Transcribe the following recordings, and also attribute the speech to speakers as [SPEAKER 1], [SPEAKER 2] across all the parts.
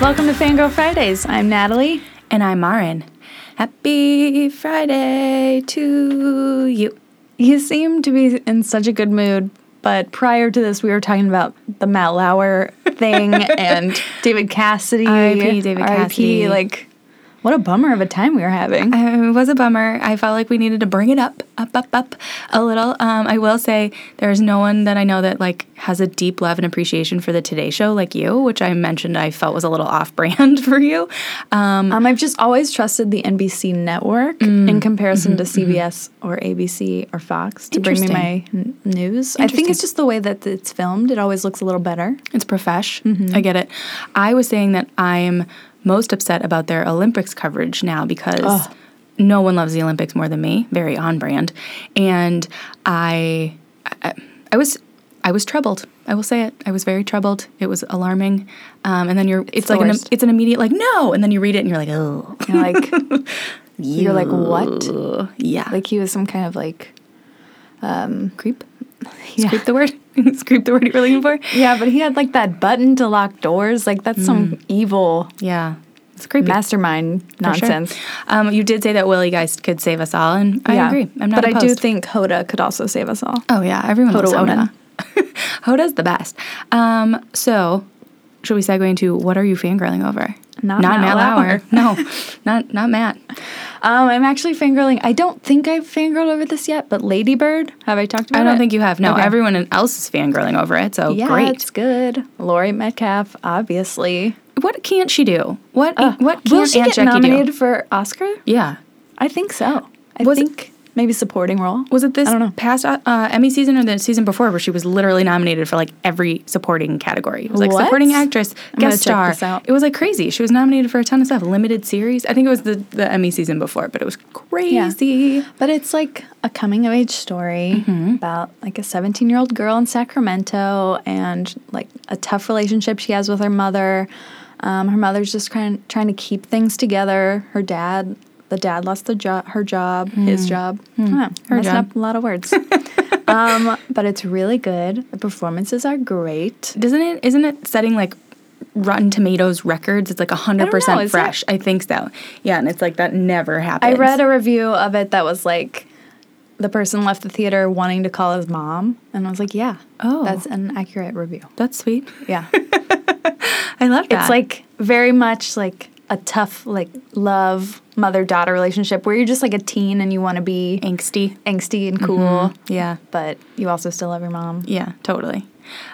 [SPEAKER 1] Welcome to Fangirl Fridays. I'm Natalie.
[SPEAKER 2] And I'm Marin. Happy Friday to you.
[SPEAKER 1] You seem to be in such a good mood, but prior to this, we were talking about the Matt Lauer thing and David Cassidy.
[SPEAKER 2] R.I.P. David
[SPEAKER 1] R.I.P.,
[SPEAKER 2] Cassidy.
[SPEAKER 1] Like, what a bummer of a time we were having.
[SPEAKER 2] Uh, It was a bummer. I felt like we needed to bring it up, up, up, up a little. Um, I will say there is no one that I know that like has a deep love and appreciation for the Today Show like you, which I mentioned I felt was a little off-brand for you. Um,
[SPEAKER 1] Um, I've just always trusted the NBC network in comparison to CBS or ABC or Fox to bring me my n- news. I think it's just the way that it's filmed. It always looks a little better.
[SPEAKER 2] It's profesh.
[SPEAKER 1] Mm-hmm.
[SPEAKER 2] I get it. I was saying that I'm most upset about their Olympics coverage now because no one loves the Olympics more than me. Very on brand, and I, I, I was. I was troubled. I will say it. I was very troubled. It was alarming. Um, and then you're, it's,
[SPEAKER 1] the
[SPEAKER 2] like an,
[SPEAKER 1] worst.
[SPEAKER 2] it's an immediate like no. And then you read it and you're like oh
[SPEAKER 1] You're like, you're like, what?
[SPEAKER 2] yeah
[SPEAKER 1] Like he was some kind of like
[SPEAKER 2] creep.
[SPEAKER 1] Yeah.
[SPEAKER 2] Creep the word. creep the word you were looking for.
[SPEAKER 1] Yeah, but he had like that button to lock doors. Like that's some evil
[SPEAKER 2] Yeah, Mm. it's creepy.
[SPEAKER 1] mastermind
[SPEAKER 2] For sure.
[SPEAKER 1] nonsense.
[SPEAKER 2] Um, you did say that Willie guys could save us all, and I
[SPEAKER 1] Yeah.
[SPEAKER 2] agree. I'm not
[SPEAKER 1] but I do
[SPEAKER 2] opposed.
[SPEAKER 1] think Hoda could also save us all.
[SPEAKER 2] Oh yeah, everyone
[SPEAKER 1] Hoda
[SPEAKER 2] loves
[SPEAKER 1] woman.
[SPEAKER 2] Hoda. Hoda's the best. Um, so should we segue into what are you fangirling over?
[SPEAKER 1] Not Matt Lauer.
[SPEAKER 2] No, not not Matt.
[SPEAKER 1] Um, I'm actually fangirling. I don't think I've fangirled over this yet, but Ladybird, have I talked about
[SPEAKER 2] I
[SPEAKER 1] it?
[SPEAKER 2] don't think you have. No,
[SPEAKER 1] Okay.
[SPEAKER 2] everyone else is fangirling over it. So
[SPEAKER 1] Yeah,
[SPEAKER 2] great.
[SPEAKER 1] it's good. Lori Metcalf, obviously. Uh,
[SPEAKER 2] What can't she do? What what
[SPEAKER 1] Will
[SPEAKER 2] can't
[SPEAKER 1] she
[SPEAKER 2] Aunt
[SPEAKER 1] get
[SPEAKER 2] Jackie
[SPEAKER 1] nominated
[SPEAKER 2] do?
[SPEAKER 1] for Oscar?
[SPEAKER 2] Yeah.
[SPEAKER 1] I think so. I
[SPEAKER 2] Was it-
[SPEAKER 1] think maybe supporting role.
[SPEAKER 2] Was it this
[SPEAKER 1] I don't know.
[SPEAKER 2] past uh, Emmy season or the season before where she was literally nominated for like every supporting category? It was like
[SPEAKER 1] What?
[SPEAKER 2] supporting actress,
[SPEAKER 1] gonna
[SPEAKER 2] guest
[SPEAKER 1] check
[SPEAKER 2] star.
[SPEAKER 1] this out.
[SPEAKER 2] It was like crazy. She was nominated for a ton of stuff, limited series. I think it was the, the Emmy season before, but it was crazy.
[SPEAKER 1] But it's like a coming of age story
[SPEAKER 2] Mm-hmm.
[SPEAKER 1] about like a 17 year old girl in Sacramento and like a tough relationship she has with her mother. Um, her mother's just trying, trying to keep things together. Her dad, the dad lost the jo- her job, his job. Huh, messing
[SPEAKER 2] Hmm. job.
[SPEAKER 1] up a lot of words. um, but it's really good. The performances are great.
[SPEAKER 2] Doesn't it? Isn't it setting like Rotten Tomatoes records? It's like hundred
[SPEAKER 1] know, is
[SPEAKER 2] percent
[SPEAKER 1] it?
[SPEAKER 2] fresh. I think so. Yeah, and it's like that never happens.
[SPEAKER 1] I read a review of it that was like the person left the theater wanting to call his mom. And I was like, yeah,
[SPEAKER 2] Oh.
[SPEAKER 1] that's an accurate review.
[SPEAKER 2] That's sweet.
[SPEAKER 1] Yeah.
[SPEAKER 2] I love that.
[SPEAKER 1] It's like very much like a tough like love mother daughter relationship where you're just like a teen and you want to be
[SPEAKER 2] angsty.
[SPEAKER 1] angsty and cool,
[SPEAKER 2] Yeah.
[SPEAKER 1] but you also still love your mom.
[SPEAKER 2] Yeah. Totally.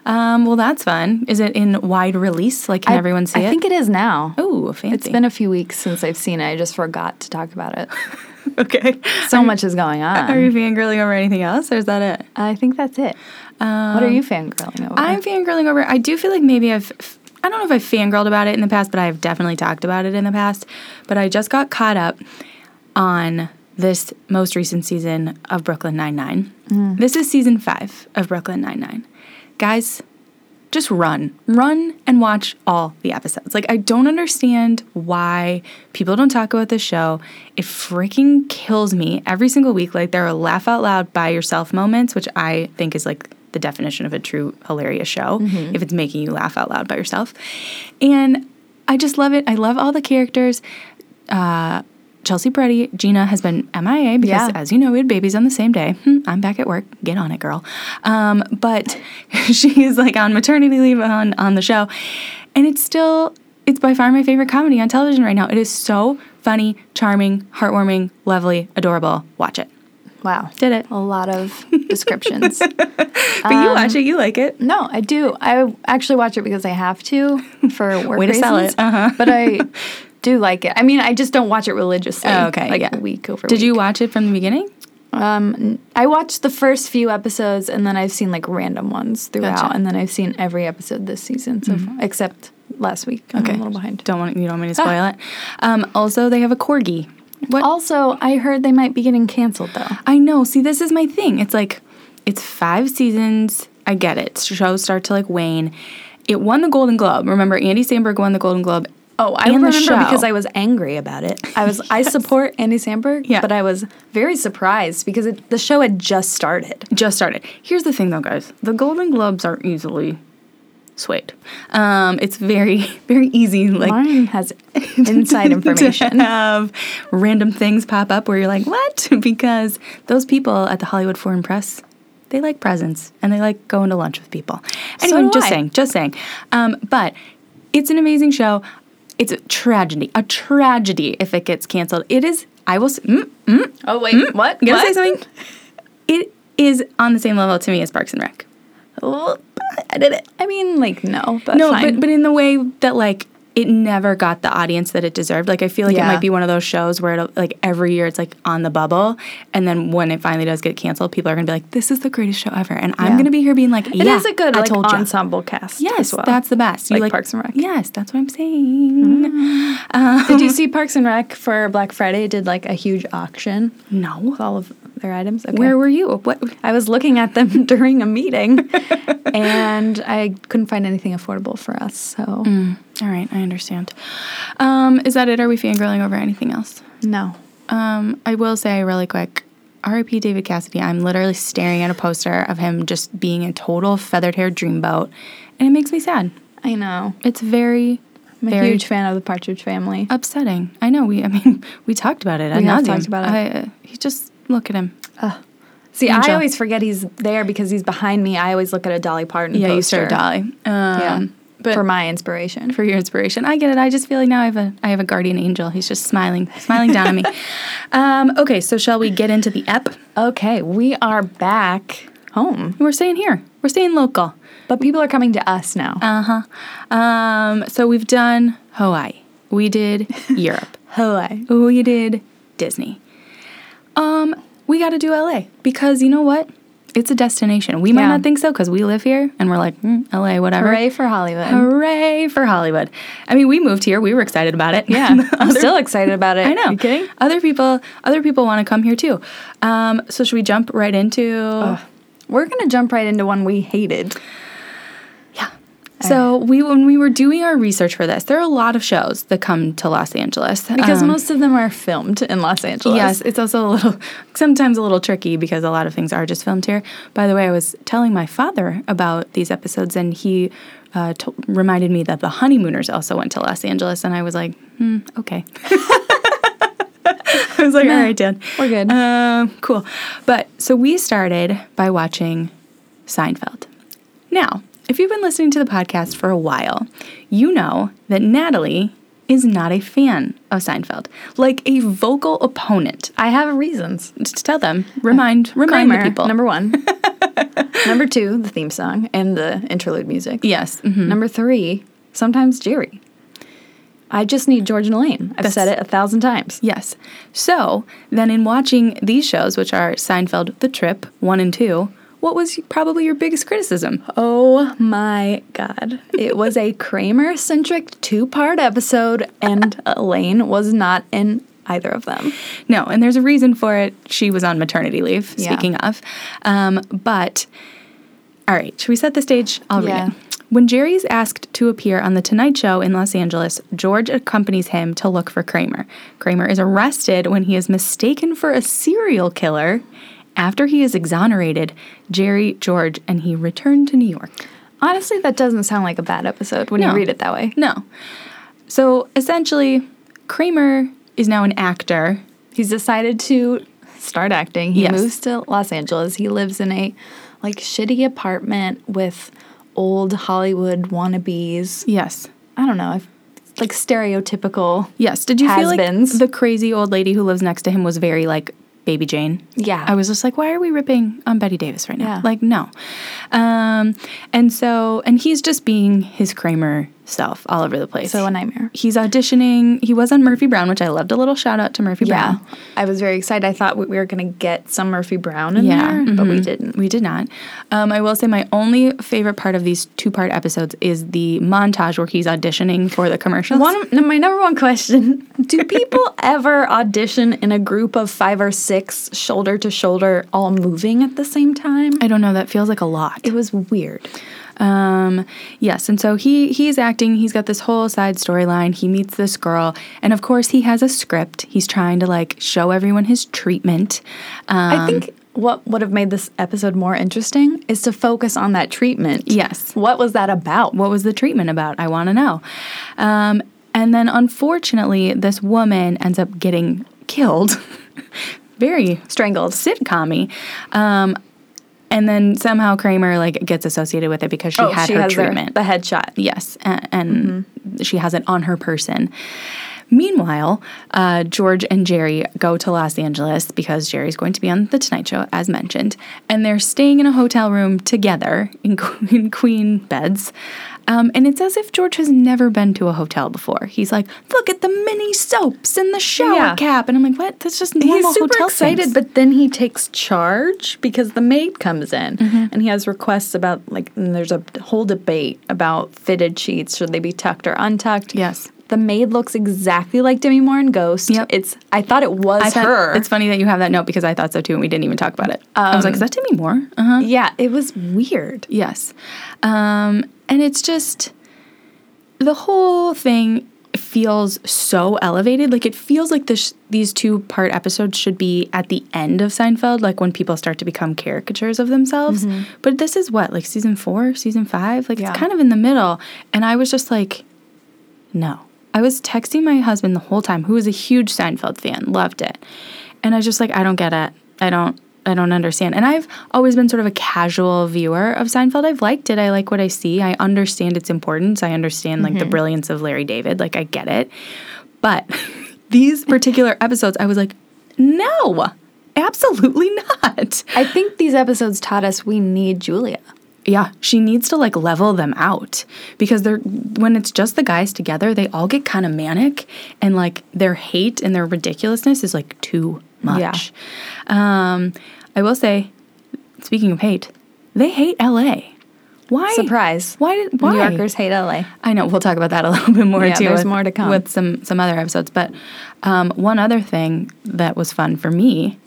[SPEAKER 2] Um, well, that's fun. Is it in wide release? Like, can
[SPEAKER 1] I-
[SPEAKER 2] everyone see
[SPEAKER 1] I
[SPEAKER 2] it?
[SPEAKER 1] think it is now.
[SPEAKER 2] Oh, fancy.
[SPEAKER 1] It's been a few weeks since I've seen it. I just forgot to talk about it.
[SPEAKER 2] okay.
[SPEAKER 1] So much is going
[SPEAKER 2] Are
[SPEAKER 1] on.
[SPEAKER 2] you fangirling over anything else, or is that it?
[SPEAKER 1] I think that's it. what
[SPEAKER 2] Um,
[SPEAKER 1] are you fangirling over?
[SPEAKER 2] I'm fangirling over. I do feel like maybe I've. I don't know if I've fangirled about it in the past, but I've definitely talked about it in the past. But I just got caught up on this most recent season of Brooklyn Nine Nine.
[SPEAKER 1] Hmm.
[SPEAKER 2] This is season five of Brooklyn Nine Nine. Guys, just run, run and watch all the episodes. Like, I don't understand why people don't talk about this show. It freaking kills me every single week. Like, there are laugh out loud by yourself moments, which I think is like the definition of a true hilarious show if it's making you laugh out loud by yourself. And I just love it. I love all the characters. Uh, Chelsea Peretti, Gina has been MIA because,
[SPEAKER 1] Yeah.
[SPEAKER 2] as you know, we had babies on the same day. Hmm, I'm back at work. Get on it, girl. Um, but she's like on maternity leave on on the show, and it's still it's by far my favorite comedy on television right now. It is so funny, charming, heartwarming, lovely, adorable. Watch it.
[SPEAKER 1] wow.
[SPEAKER 2] Did it. Um,
[SPEAKER 1] A lot of descriptions.
[SPEAKER 2] But you watch it. You like it.
[SPEAKER 1] No, I do. I actually watch it because I have to for work
[SPEAKER 2] Way to
[SPEAKER 1] reasons.
[SPEAKER 2] sell it. Uh-huh.
[SPEAKER 1] But I do like it. I mean, I just don't watch it religiously.
[SPEAKER 2] Oh, okay,
[SPEAKER 1] like
[SPEAKER 2] yeah.
[SPEAKER 1] week over.
[SPEAKER 2] Did you
[SPEAKER 1] week.
[SPEAKER 2] watch it from the beginning?
[SPEAKER 1] Um, I watched the first few episodes, and then I've seen like random ones throughout,
[SPEAKER 2] Gotcha.
[SPEAKER 1] and then I've seen every episode this season, so far, except last week. I'm a little behind.
[SPEAKER 2] Don't want you don't want me to spoil it. Um, also, they have a corgi. What
[SPEAKER 1] Also, I heard they might be getting canceled though.
[SPEAKER 2] I know. See, this is my thing. It's like it's five seasons. I get it. Shows start to like wane. It won the Golden Globe. Remember, Andy Samberg won the Golden Globe.
[SPEAKER 1] Oh, I
[SPEAKER 2] and the
[SPEAKER 1] remember because
[SPEAKER 2] show.
[SPEAKER 1] I was angry about it. I was I support Andy Samberg,
[SPEAKER 2] Yeah.
[SPEAKER 1] but I was very surprised because it, the show had just started.
[SPEAKER 2] Just started. Here's the thing, though, guys. The Golden Globes are easily swayed. Um, it's very, very easy. Like
[SPEAKER 1] Lauren has inside information.
[SPEAKER 2] to have random things pop up where you're like, what? because those people at the Hollywood Foreign Press, they like presents and they like going to lunch with people.
[SPEAKER 1] So
[SPEAKER 2] Anyway,
[SPEAKER 1] do
[SPEAKER 2] just
[SPEAKER 1] I.
[SPEAKER 2] saying, just saying. Um, but it's an amazing show. It's a tragedy, a tragedy if it gets canceled. It is, I will, s- mm, mm,
[SPEAKER 1] Oh wait, what?
[SPEAKER 2] Gotta say something. It is on the same level to me as Parks and Rec.
[SPEAKER 1] Well, I did it. I mean, like no, but
[SPEAKER 2] no,
[SPEAKER 1] fine.
[SPEAKER 2] but but in the way that like it never got the audience that it deserved. Like I feel like it
[SPEAKER 1] Yeah.
[SPEAKER 2] might be one of those shows where it'll, like every year it's like on the bubble, and then when it finally does get canceled, people are gonna be like, "This is the greatest show ever," and I'm
[SPEAKER 1] Yeah.
[SPEAKER 2] gonna be here being like,
[SPEAKER 1] It is
[SPEAKER 2] "Yeah,
[SPEAKER 1] a good
[SPEAKER 2] I
[SPEAKER 1] like,
[SPEAKER 2] told you."
[SPEAKER 1] ensemble cast.
[SPEAKER 2] Yes,
[SPEAKER 1] as well.
[SPEAKER 2] that's the best.
[SPEAKER 1] Like Parks and Rec. Mm-hmm.
[SPEAKER 2] Yes, that's what I'm saying.
[SPEAKER 1] Did you see Parks and Rec for Black Friday? Did like a huge auction
[SPEAKER 2] No,
[SPEAKER 1] with all of their items. Okay.
[SPEAKER 2] where were you? What?
[SPEAKER 1] I was looking at them during a meeting, and I couldn't find anything affordable for us. So
[SPEAKER 2] Mm, All right, I understand. Um, is that it? Are we fangirling over anything else?
[SPEAKER 1] no.
[SPEAKER 2] Um, I will say really quick, R.I.P. David Cassidy. I'm literally staring at a poster of him just being a total feathered hair dreamboat, and it makes me sad.
[SPEAKER 1] I know.
[SPEAKER 2] It's very,
[SPEAKER 1] I'm a
[SPEAKER 2] very
[SPEAKER 1] huge fan of the Partridge Family.
[SPEAKER 2] upsetting. I know. We, I mean, we talked about it. ad
[SPEAKER 1] We have
[SPEAKER 2] nauseam.
[SPEAKER 1] talked about it.
[SPEAKER 2] I, uh, he just look at him.
[SPEAKER 1] See, I
[SPEAKER 2] Angel.
[SPEAKER 1] always forget he's there because he's behind me. I always look at a Dolly Parton.
[SPEAKER 2] Yeah,
[SPEAKER 1] poster.
[SPEAKER 2] you start Dolly. Um,
[SPEAKER 1] Yeah,
[SPEAKER 2] but
[SPEAKER 1] for my inspiration.
[SPEAKER 2] for your inspiration. I get it. I just feel like now I have a I have a guardian angel. He's just smiling, smiling down at me. Um, okay, so shall we get into the ep?
[SPEAKER 1] Okay, we are back home,
[SPEAKER 2] We're staying here. We're staying local.
[SPEAKER 1] but people are coming to us now.
[SPEAKER 2] Uh huh. Um, so we've done Hawaii. We did Europe.
[SPEAKER 1] Hawaii.
[SPEAKER 2] we did Disney. Um, we got to do LA because you know what? It's a destination. We might
[SPEAKER 1] Yeah.
[SPEAKER 2] not think so because we live here and we're like mm, LA, whatever.
[SPEAKER 1] Hooray for Hollywood.
[SPEAKER 2] Hooray for Hollywood! I mean, we moved here. We were excited about it.
[SPEAKER 1] Yeah, I'm still excited about it.
[SPEAKER 2] I know.
[SPEAKER 1] You kidding?
[SPEAKER 2] Other people, other people want to come here too. Um, so should we jump right into?
[SPEAKER 1] We're gonna jump right into one we hated.
[SPEAKER 2] Yeah. So we when we were doing our research for this, there are a lot of shows that come to Los Angeles
[SPEAKER 1] Because
[SPEAKER 2] Um,
[SPEAKER 1] most of them are filmed in Los Angeles.
[SPEAKER 2] Yes, it's also a little sometimes a little tricky because a lot of things are just filmed here. By the way, I was telling my father about these episodes, and he uh, to reminded me that the honeymooners also went to Los Angeles, and I was like, hmm, okay. I was like, all right, Dad,
[SPEAKER 1] we're good.
[SPEAKER 2] Um, cool. But so we started by watching Seinfeld. Now, if you've been listening to the podcast for a while, you know that Natalie is not a fan of Seinfeld, like a vocal opponent.
[SPEAKER 1] I have reasons.
[SPEAKER 2] Just tell them, remind, remind
[SPEAKER 1] Kramer,
[SPEAKER 2] the people.
[SPEAKER 1] Uh, number one. number two, the theme song and the interlude music.
[SPEAKER 2] yes, mhm.
[SPEAKER 1] Number three, sometimes Jerry. I just need George and Elaine. I've
[SPEAKER 2] That's-
[SPEAKER 1] said it a thousand times.
[SPEAKER 2] yes. So then, in watching these shows, which are Seinfeld, The Trip, one and two, what was probably your biggest criticism?
[SPEAKER 1] Oh my God. It was a Kramer centric two part episode, and Elaine was not in either of them.
[SPEAKER 2] No, and there's a reason for it. She was on maternity leave,
[SPEAKER 1] Yeah.
[SPEAKER 2] speaking of. Um, but, all right, should we set the stage? I'll
[SPEAKER 1] Yeah.
[SPEAKER 2] read it. When Jerry is asked to appear on The Tonight Show in Los Angeles, George accompanies him to look for Kramer. Kramer is arrested when he is mistaken for a serial killer. After he is exonerated, Jerry, George, and he return to New York.
[SPEAKER 1] Honestly, that doesn't sound like a bad episode when
[SPEAKER 2] No.
[SPEAKER 1] you read it that way.
[SPEAKER 2] No. So essentially, Kramer is now an actor
[SPEAKER 1] He's decided to start acting. He
[SPEAKER 2] Yes.
[SPEAKER 1] moves to Los Angeles. He lives in a like shitty apartment with old Hollywood wannabes.
[SPEAKER 2] Yes.
[SPEAKER 1] I don't know. I've, like stereotypical.
[SPEAKER 2] Yes. Did you feel like
[SPEAKER 1] Has-beens.
[SPEAKER 2] the crazy old lady who lives next to him was very like Baby Jane?
[SPEAKER 1] Yeah.
[SPEAKER 2] I was just like, why are we ripping on Betty Davis right now?
[SPEAKER 1] Yeah.
[SPEAKER 2] Like, no. Um, and so, and he's just being his Kramer self all over the place.
[SPEAKER 1] So a nightmare.
[SPEAKER 2] he's auditioning. He was on Murphy Brown, which I loved. A little shout out to Murphy
[SPEAKER 1] Yeah.
[SPEAKER 2] Brown.
[SPEAKER 1] I was very excited. I thought we we were going to get some Murphy Brown in
[SPEAKER 2] Yeah,
[SPEAKER 1] there, but we didn't.
[SPEAKER 2] We did not. Um, I will say my only favorite part of these two part episodes is the montage where he's auditioning for the commercials.
[SPEAKER 1] One of, no, my number one question Do people ever audition in a group of five or six, shoulder to shoulder, all moving at the same time?
[SPEAKER 2] I don't know. That feels like a lot.
[SPEAKER 1] It was weird.
[SPEAKER 2] Um, yes, and so he he's acting. He's got this whole side storyline. He meets this girl, and of course he has a script. He's trying to like show everyone his treatment. Um,
[SPEAKER 1] I think what would have made this episode more interesting is to focus on that treatment.
[SPEAKER 2] Yes.
[SPEAKER 1] What was that about?
[SPEAKER 2] What was the treatment about? I want to know. Um, and then unfortunately, this woman ends up getting killed. Very
[SPEAKER 1] Strangled.
[SPEAKER 2] sitcom Um, and then somehow Kramer like gets associated with it because she had her
[SPEAKER 1] Oh, has the-
[SPEAKER 2] treatment.
[SPEAKER 1] The, headshot.
[SPEAKER 2] Yes, and, and
[SPEAKER 1] Mm-hmm.
[SPEAKER 2] she has it on her person. Meanwhile, uh, George and Jerry go to Los Angeles because Jerry's going to be on The Tonight Show, as mentioned, and they're staying in a hotel room together in, qu- in queen beds. Um, and it's as if George has never been to a hotel before. He's like, "Look at the mini soaps and the shower
[SPEAKER 1] Yeah.
[SPEAKER 2] cap," and I'm like, "What? That's just normal
[SPEAKER 1] He's super
[SPEAKER 2] hotel
[SPEAKER 1] excited,
[SPEAKER 2] things."
[SPEAKER 1] but then he takes charge because the maid comes in and he has requests about like and there's a whole debate about fitted sheets. Should they be tucked or untucked?
[SPEAKER 2] Yes.
[SPEAKER 1] The maid looks exactly like Demi Moore in Ghost.
[SPEAKER 2] Yep.
[SPEAKER 1] It's I thought it was
[SPEAKER 2] I thought-
[SPEAKER 1] her. Um,
[SPEAKER 2] It's funny that you have that note because I thought so too, and we didn't even talk about it. I was like, "Is that Demi Moore?" Uh huh.
[SPEAKER 1] yeah, it was weird.
[SPEAKER 2] Yes. Um, and it's just the whole thing feels so elevated. Like it feels like this these two part episodes should be at the end of Seinfeld, like when people start to become caricatures of themselves. But this is what, like season four, season five? Like
[SPEAKER 1] Yeah.
[SPEAKER 2] it's kind of in the middle. And I was just like, no. I was texting my husband the whole time, who is a huge Seinfeld fan, loved it. And I was just like, I don't get it. I don't I don't understand. And I've always been sort of a casual viewer of Seinfeld. I've liked it. I like what I see. I understand its importance. I understand like the brilliance of Larry David. Like I get it. But these particular episodes, I was like, no, absolutely not.
[SPEAKER 1] I think these episodes taught us we need Julia.
[SPEAKER 2] Yeah, she needs to like level them out because they're when it's just the guys together, they all get kind of manic and like their hate and their ridiculousness is like too much. Um I will say speaking of hate, they hate LA. Why?
[SPEAKER 1] Surprise.
[SPEAKER 2] Why did why
[SPEAKER 1] New Yorkers hate LA.
[SPEAKER 2] I know we'll talk about that a little bit more
[SPEAKER 1] Yeah,
[SPEAKER 2] too.
[SPEAKER 1] there's
[SPEAKER 2] with,
[SPEAKER 1] more to come.
[SPEAKER 2] with some some other episodes. But um, one other thing that was fun for me,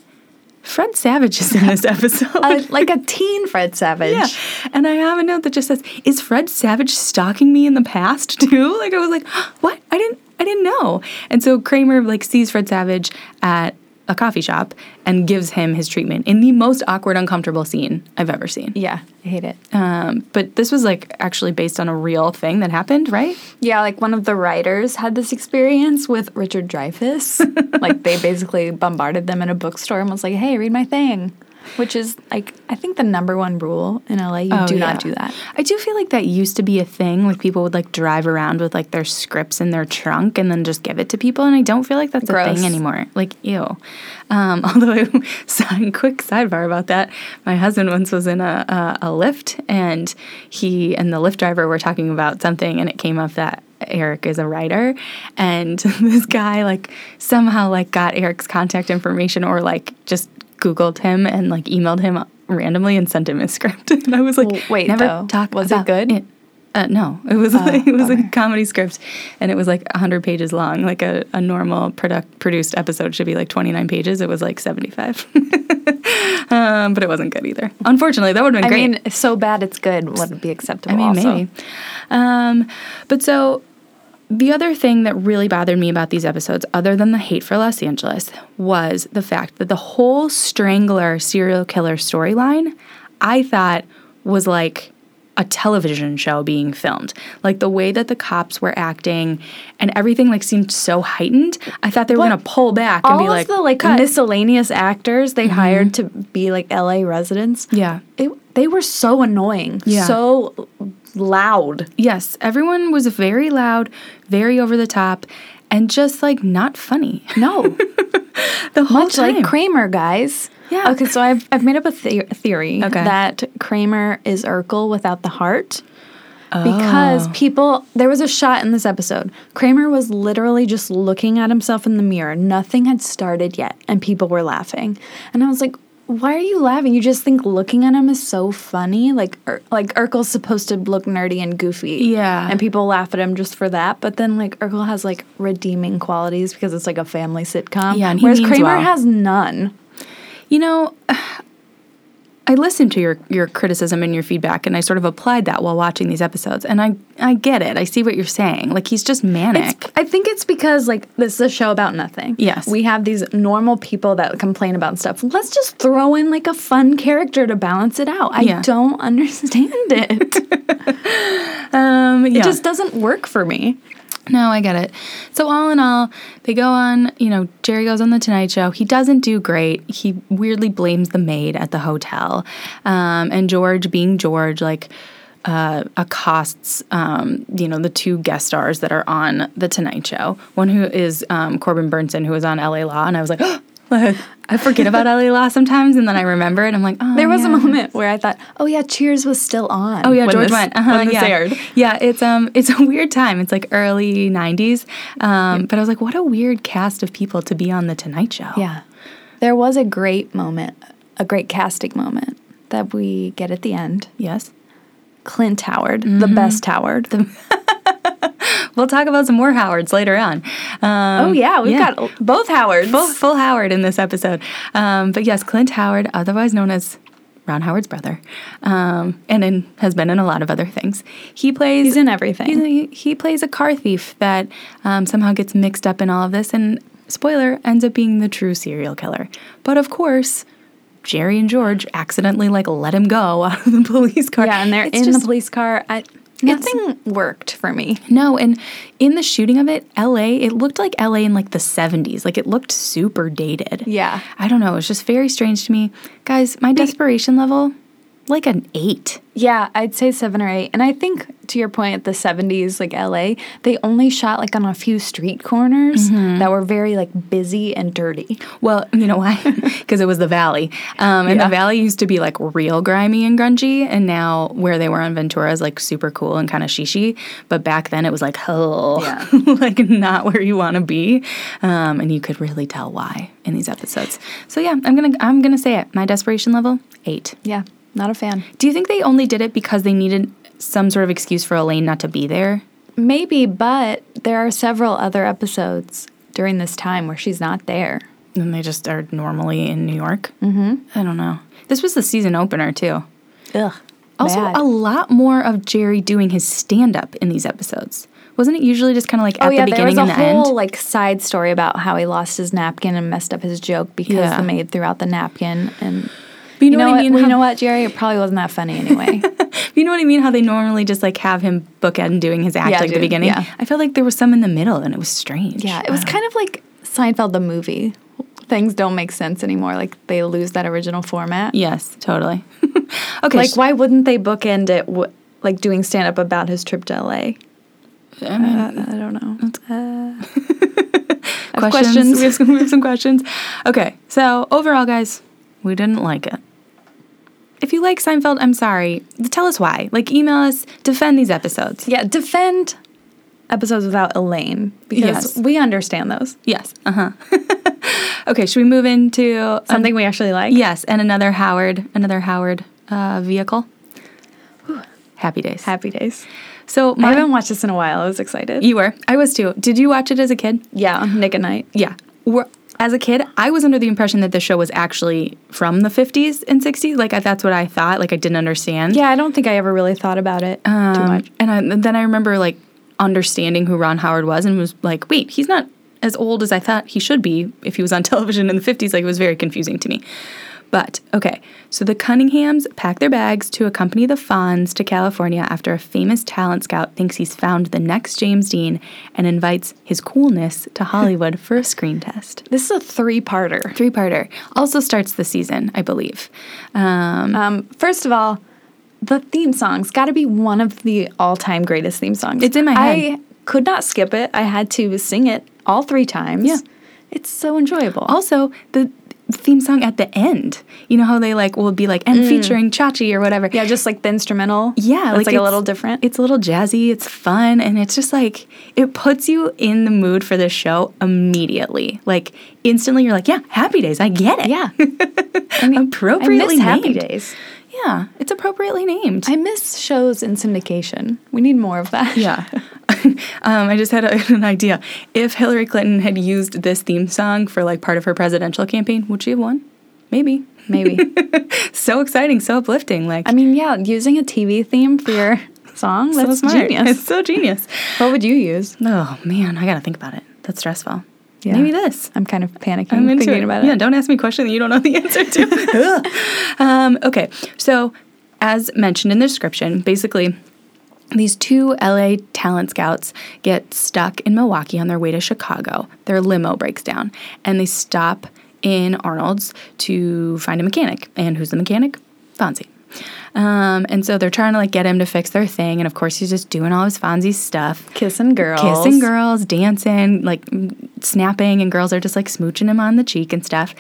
[SPEAKER 2] Fred Savage is in this episode.
[SPEAKER 1] Uh, like a teen Fred Savage.
[SPEAKER 2] Yeah. And I have a note that just says, "Is Fred Savage stalking me in the past too?" Like I was like, "What? I didn't I didn't know." And so Kramer like sees Fred Savage at a coffee shop and gives him his treatment in the most awkward, uncomfortable scene I've ever seen.
[SPEAKER 1] Yeah, I hate it.
[SPEAKER 2] Um, but this was like actually based on a real thing that happened, right?
[SPEAKER 1] Yeah, like one of the writers had this experience with Richard Dreyfuss. like they basically bombarded them in a bookstore and was like, "Hey, read my thing," which is like I think the number one rule in LA. You
[SPEAKER 2] Oh,
[SPEAKER 1] do
[SPEAKER 2] yeah.
[SPEAKER 1] not do that.
[SPEAKER 2] I do feel like that used to be a thing. Like people would like drive around with like their scripts in their trunk and then just give it to people. And I don't feel like that's a
[SPEAKER 1] Gross.
[SPEAKER 2] thing anymore. Like ew. Um, although, I, side, quick sidebar about that. My husband once was in a, a a lift, and he and the lift driver were talking about something, and it came up that Eric is a writer, and this guy like somehow like got Eric's contact information or like just googled him and like emailed him randomly and sent him his script and i was like
[SPEAKER 1] W- wait, though. Was it
[SPEAKER 2] about
[SPEAKER 1] good? Oh,
[SPEAKER 2] Uh, no, it was it was a comedy script, and it was like hundred pages long. Like a, a normal product produced episode should be like twenty nine pages. It was like seventy five, um, but it wasn't good either. Unfortunately, that would have been
[SPEAKER 1] I
[SPEAKER 2] great.
[SPEAKER 1] mean, so bad it's good would be acceptable.
[SPEAKER 2] I mean,
[SPEAKER 1] also.
[SPEAKER 2] maybe. Um, but so the other thing that really bothered me about these episodes, other than the hate for Los Angeles, was the fact that the whole strangler serial killer storyline, I thought was like a television show being filmed. Like the way that the cops were acting and everything like seemed so heightened. I thought they were
[SPEAKER 1] But
[SPEAKER 2] going to pull back and
[SPEAKER 1] All
[SPEAKER 2] be
[SPEAKER 1] of
[SPEAKER 2] like,
[SPEAKER 1] the like uh, Mm-hmm.
[SPEAKER 2] "Cut."
[SPEAKER 1] miscellaneous actors they hired to be like LA residents.
[SPEAKER 2] yeah.
[SPEAKER 1] It, they were so annoying.
[SPEAKER 2] Yeah.
[SPEAKER 1] So loud.
[SPEAKER 2] Yes, everyone was very loud, very over the top, and just like not funny.
[SPEAKER 1] No.
[SPEAKER 2] The whole
[SPEAKER 1] Much like Kramer, guys.
[SPEAKER 2] Yeah.
[SPEAKER 1] Okay, so I've, I've made up a the- theory
[SPEAKER 2] Okay.
[SPEAKER 1] that Kramer is Urkel without the heart.
[SPEAKER 2] Oh.
[SPEAKER 1] Because people, there was a shot in this episode. Kramer was literally just looking at himself in the mirror. Nothing had started yet, and people were laughing. And I was like, why are you laughing? You just think looking at him is so funny. Like, Ur- like Urkel's supposed to look nerdy and goofy.
[SPEAKER 2] Yeah.
[SPEAKER 1] And people laugh at him just for that. But then, like, Urkel has like redeeming qualities because it's like a family sitcom.
[SPEAKER 2] Yeah, and he
[SPEAKER 1] Whereas
[SPEAKER 2] means
[SPEAKER 1] Kramer
[SPEAKER 2] well.
[SPEAKER 1] has none.
[SPEAKER 2] you know, I listened to your your criticism and your feedback, and I sort of applied that while watching these episodes. And I I get it. I see what you're saying. Like he's just manic.
[SPEAKER 1] I think it's because like this is a show about nothing.
[SPEAKER 2] Yes.
[SPEAKER 1] We have these normal people that complain about stuff. Let's just throw in like a fun character to balance it out. I
[SPEAKER 2] Yeah.
[SPEAKER 1] don't understand it. it
[SPEAKER 2] um, yeah.
[SPEAKER 1] just doesn't work for me.
[SPEAKER 2] No, I get it. So all in all, they go on, you know, Jerry goes on the Tonight Show. He doesn't do great. He weirdly blames the maid at the hotel. Um, and George, being George, like uh, accosts, um, you know, the two guest stars that are on the Tonight Show. One who is um, Corbin Burnson, who is on LA Law. And I was like, I forget about LA Law sometimes. And then I remember it. I'm like, oh,
[SPEAKER 1] There was
[SPEAKER 2] yeah.
[SPEAKER 1] a moment where I thought, "Oh yeah, Cheers was still on."
[SPEAKER 2] Oh yeah,
[SPEAKER 1] when
[SPEAKER 2] George
[SPEAKER 1] this-
[SPEAKER 2] went. Uh-huh,
[SPEAKER 1] when this
[SPEAKER 2] yeah.
[SPEAKER 1] aired.
[SPEAKER 2] Yeah, it's um, it's a weird time. It's like early '90s. Um, but I was like, what a weird cast of people to be on the Tonight Show.
[SPEAKER 1] Yeah. There was a great moment, a great casting moment that we get at the end.
[SPEAKER 2] Yes.
[SPEAKER 1] Clint Howard, the
[SPEAKER 2] Mm-hmm.
[SPEAKER 1] best Howard.
[SPEAKER 2] We'll talk about some more Howards later on. Um,
[SPEAKER 1] oh yeah, we've
[SPEAKER 2] yeah.
[SPEAKER 1] got both Howards.
[SPEAKER 2] full, full Howard in this episode. Um, but yes, Clint Howard, otherwise known as Ron Howard's brother, um, and in, has been in a lot of other things. He plays.
[SPEAKER 1] He's in everything.
[SPEAKER 2] He's- he plays a car thief that um, somehow gets mixed up in all of this, and spoiler ends up being the true serial killer. But of course. Jerry and George accidentally like let him go out of the police car.
[SPEAKER 1] Yeah, and they're
[SPEAKER 2] It's
[SPEAKER 1] in
[SPEAKER 2] just-
[SPEAKER 1] the police car. I, nothing worked for me.
[SPEAKER 2] no, and in the shooting of it, LA, it looked like LA in like the 70s. Like it looked super dated.
[SPEAKER 1] Yeah.
[SPEAKER 2] I don't know. It was just very strange to me. Guys, my desperation level, like an eight.
[SPEAKER 1] Yeah, I'd say seven or eight. And I think to your point, the '70s, like LA, they only shot like on a few street corners that were very like busy and dirty.
[SPEAKER 2] Well, you know why? Because it was the Valley. Um, and
[SPEAKER 1] Yeah.
[SPEAKER 2] the Valley used to be like real grimy and grungy. And now where they were on Ventura is like super cool and kind of shishi. But back then it was like, oh,
[SPEAKER 1] Yeah.
[SPEAKER 2] like not where you want to be. Um, and you could really tell why in these episodes. So yeah, I'm going to I'm going to say it. My desperation level, eight.
[SPEAKER 1] Yeah, not a fan.
[SPEAKER 2] Do you think they only did it because they needed some sort of excuse for Elaine not to be there?
[SPEAKER 1] Maybe, but there are several other episodes during this time where she's not there.
[SPEAKER 2] And they just are normally in New York. Mm-hmm. I don't know. This was the season opener too.
[SPEAKER 1] Ugh.
[SPEAKER 2] Also,
[SPEAKER 1] bad.
[SPEAKER 2] a lot more of Jerry doing his stand up in these episodes. Wasn't it usually just kind of like at
[SPEAKER 1] oh yeah,
[SPEAKER 2] the
[SPEAKER 1] there was
[SPEAKER 2] beginning
[SPEAKER 1] a
[SPEAKER 2] and the
[SPEAKER 1] whole
[SPEAKER 2] end?
[SPEAKER 1] like side story about how he lost his napkin and messed up his joke because
[SPEAKER 2] Yeah.
[SPEAKER 1] the maid threw out the napkin and.
[SPEAKER 2] But you,
[SPEAKER 1] You
[SPEAKER 2] know, what I mean?
[SPEAKER 1] well,
[SPEAKER 2] How,
[SPEAKER 1] you know what, Jerry? It probably wasn't that funny anyway.
[SPEAKER 2] you know what I mean? How they normally just like have him bookend doing his act
[SPEAKER 1] Yeah,
[SPEAKER 2] like the
[SPEAKER 1] dude,
[SPEAKER 2] beginning.
[SPEAKER 1] yeah.
[SPEAKER 2] I felt like there was some in the middle and it was strange.
[SPEAKER 1] yeah, it was kind of like Seinfeld the movie. Things don't make sense anymore. Like they lose that original format.
[SPEAKER 2] Yes, totally. okay.
[SPEAKER 1] Like
[SPEAKER 2] sh-
[SPEAKER 1] why wouldn't they bookend it? W- like doing stand up about his trip to LA.
[SPEAKER 2] I mean,
[SPEAKER 1] Uh, I don't know. I have
[SPEAKER 2] questions.
[SPEAKER 1] questions.
[SPEAKER 2] We, have some, we have some questions. Okay, so overall, guys, we didn't like it. If you like Seinfeld, I'm sorry. Tell us why. Like, email us, defend these episodes.
[SPEAKER 1] Yeah, defend episodes without Elaine because
[SPEAKER 2] Yes.
[SPEAKER 1] we understand those.
[SPEAKER 2] Yes. Uh huh. okay, should we move into um,
[SPEAKER 1] Something we actually like.
[SPEAKER 2] yes and another Howard, another Howard uh, vehicle? Happy days.
[SPEAKER 1] Happy Days.
[SPEAKER 2] so,
[SPEAKER 1] I
[SPEAKER 2] my,
[SPEAKER 1] haven't watched this in a while. I was excited.
[SPEAKER 2] you were. I was too. Did you watch it as a kid?
[SPEAKER 1] yeah, Nick and Night.
[SPEAKER 2] Yeah. We're, as a kid, I was under the impression that the show was actually from the 50s and 60s. Like, I, that's what I thought. Like, I didn't understand.
[SPEAKER 1] Yeah, I don't think I ever really thought about it too
[SPEAKER 2] Um,
[SPEAKER 1] much.
[SPEAKER 2] And, I, and then I remember, like, understanding who Ron Howard was and was like, wait, he's not as old as I thought he should be if he was on television in the 50s. Like, it was very confusing to me. But, okay, so the Cunninghams pack their bags to accompany the Fonz to California after a famous talent scout thinks he's found the next James Dean and invites his coolness to Hollywood for a screen test
[SPEAKER 1] This is a three-parter.
[SPEAKER 2] three parter. Also starts the season, I believe. Um,
[SPEAKER 1] Um, first of all, the theme song's got to be one of the all-time greatest theme songs.
[SPEAKER 2] It's in my head.
[SPEAKER 1] I could not skip it. I had to sing it all three times.
[SPEAKER 2] Yeah.
[SPEAKER 1] It's so enjoyable.
[SPEAKER 2] also, the theme song at the end. You know how they like will be like
[SPEAKER 1] Mm.
[SPEAKER 2] and featuring Chachi or whatever.
[SPEAKER 1] yeah, just like the instrumental.
[SPEAKER 2] Yeah,
[SPEAKER 1] It's like, a little different.
[SPEAKER 2] It's a little jazzy. It's fun, and it's just like it puts you in the mood for the show immediately. Like instantly, you're like, "Yeah, Happy Days, I get it."
[SPEAKER 1] yeah. I mean,
[SPEAKER 2] appropriately
[SPEAKER 1] I miss Happy
[SPEAKER 2] named.
[SPEAKER 1] Days.
[SPEAKER 2] yeah, it's appropriately named.
[SPEAKER 1] I miss shows in syndication. We need more of that.
[SPEAKER 2] Yeah. um, I just had a, an idea. If Hillary Clinton had used this theme song for like part of her presidential campaign, would she have won? Maybe.
[SPEAKER 1] Maybe.
[SPEAKER 2] so exciting, so uplifting. Like
[SPEAKER 1] I mean, yeah, using a TV theme for your song,
[SPEAKER 2] so
[SPEAKER 1] that's
[SPEAKER 2] smart. It's
[SPEAKER 1] genius.
[SPEAKER 2] so genius.
[SPEAKER 1] What would you use?
[SPEAKER 2] Oh man, I gotta think about it. That's stressful.
[SPEAKER 1] Yeah.
[SPEAKER 2] Maybe this.
[SPEAKER 1] I'm kind of panicking
[SPEAKER 2] I'm into
[SPEAKER 1] thinking
[SPEAKER 2] it.
[SPEAKER 1] about
[SPEAKER 2] Yeah,
[SPEAKER 1] it.
[SPEAKER 2] don't ask me a question that you don't know the answer to. Ugh. um, okay, so as mentioned in the description, basically, these two LA talent scouts get stuck in Milwaukee on their way to Chicago. Their limo breaks down, and they stop in Arnold's to find a mechanic. And who's the mechanic? Fonzie. Um, and so they're trying to like get him to fix their thing, and of course he's just doing all his Fonzie stuff.
[SPEAKER 1] Kissing girls.
[SPEAKER 2] Kissing girls, dancing, like mm, snapping, and girls are just like smooching him on the cheek and stuff.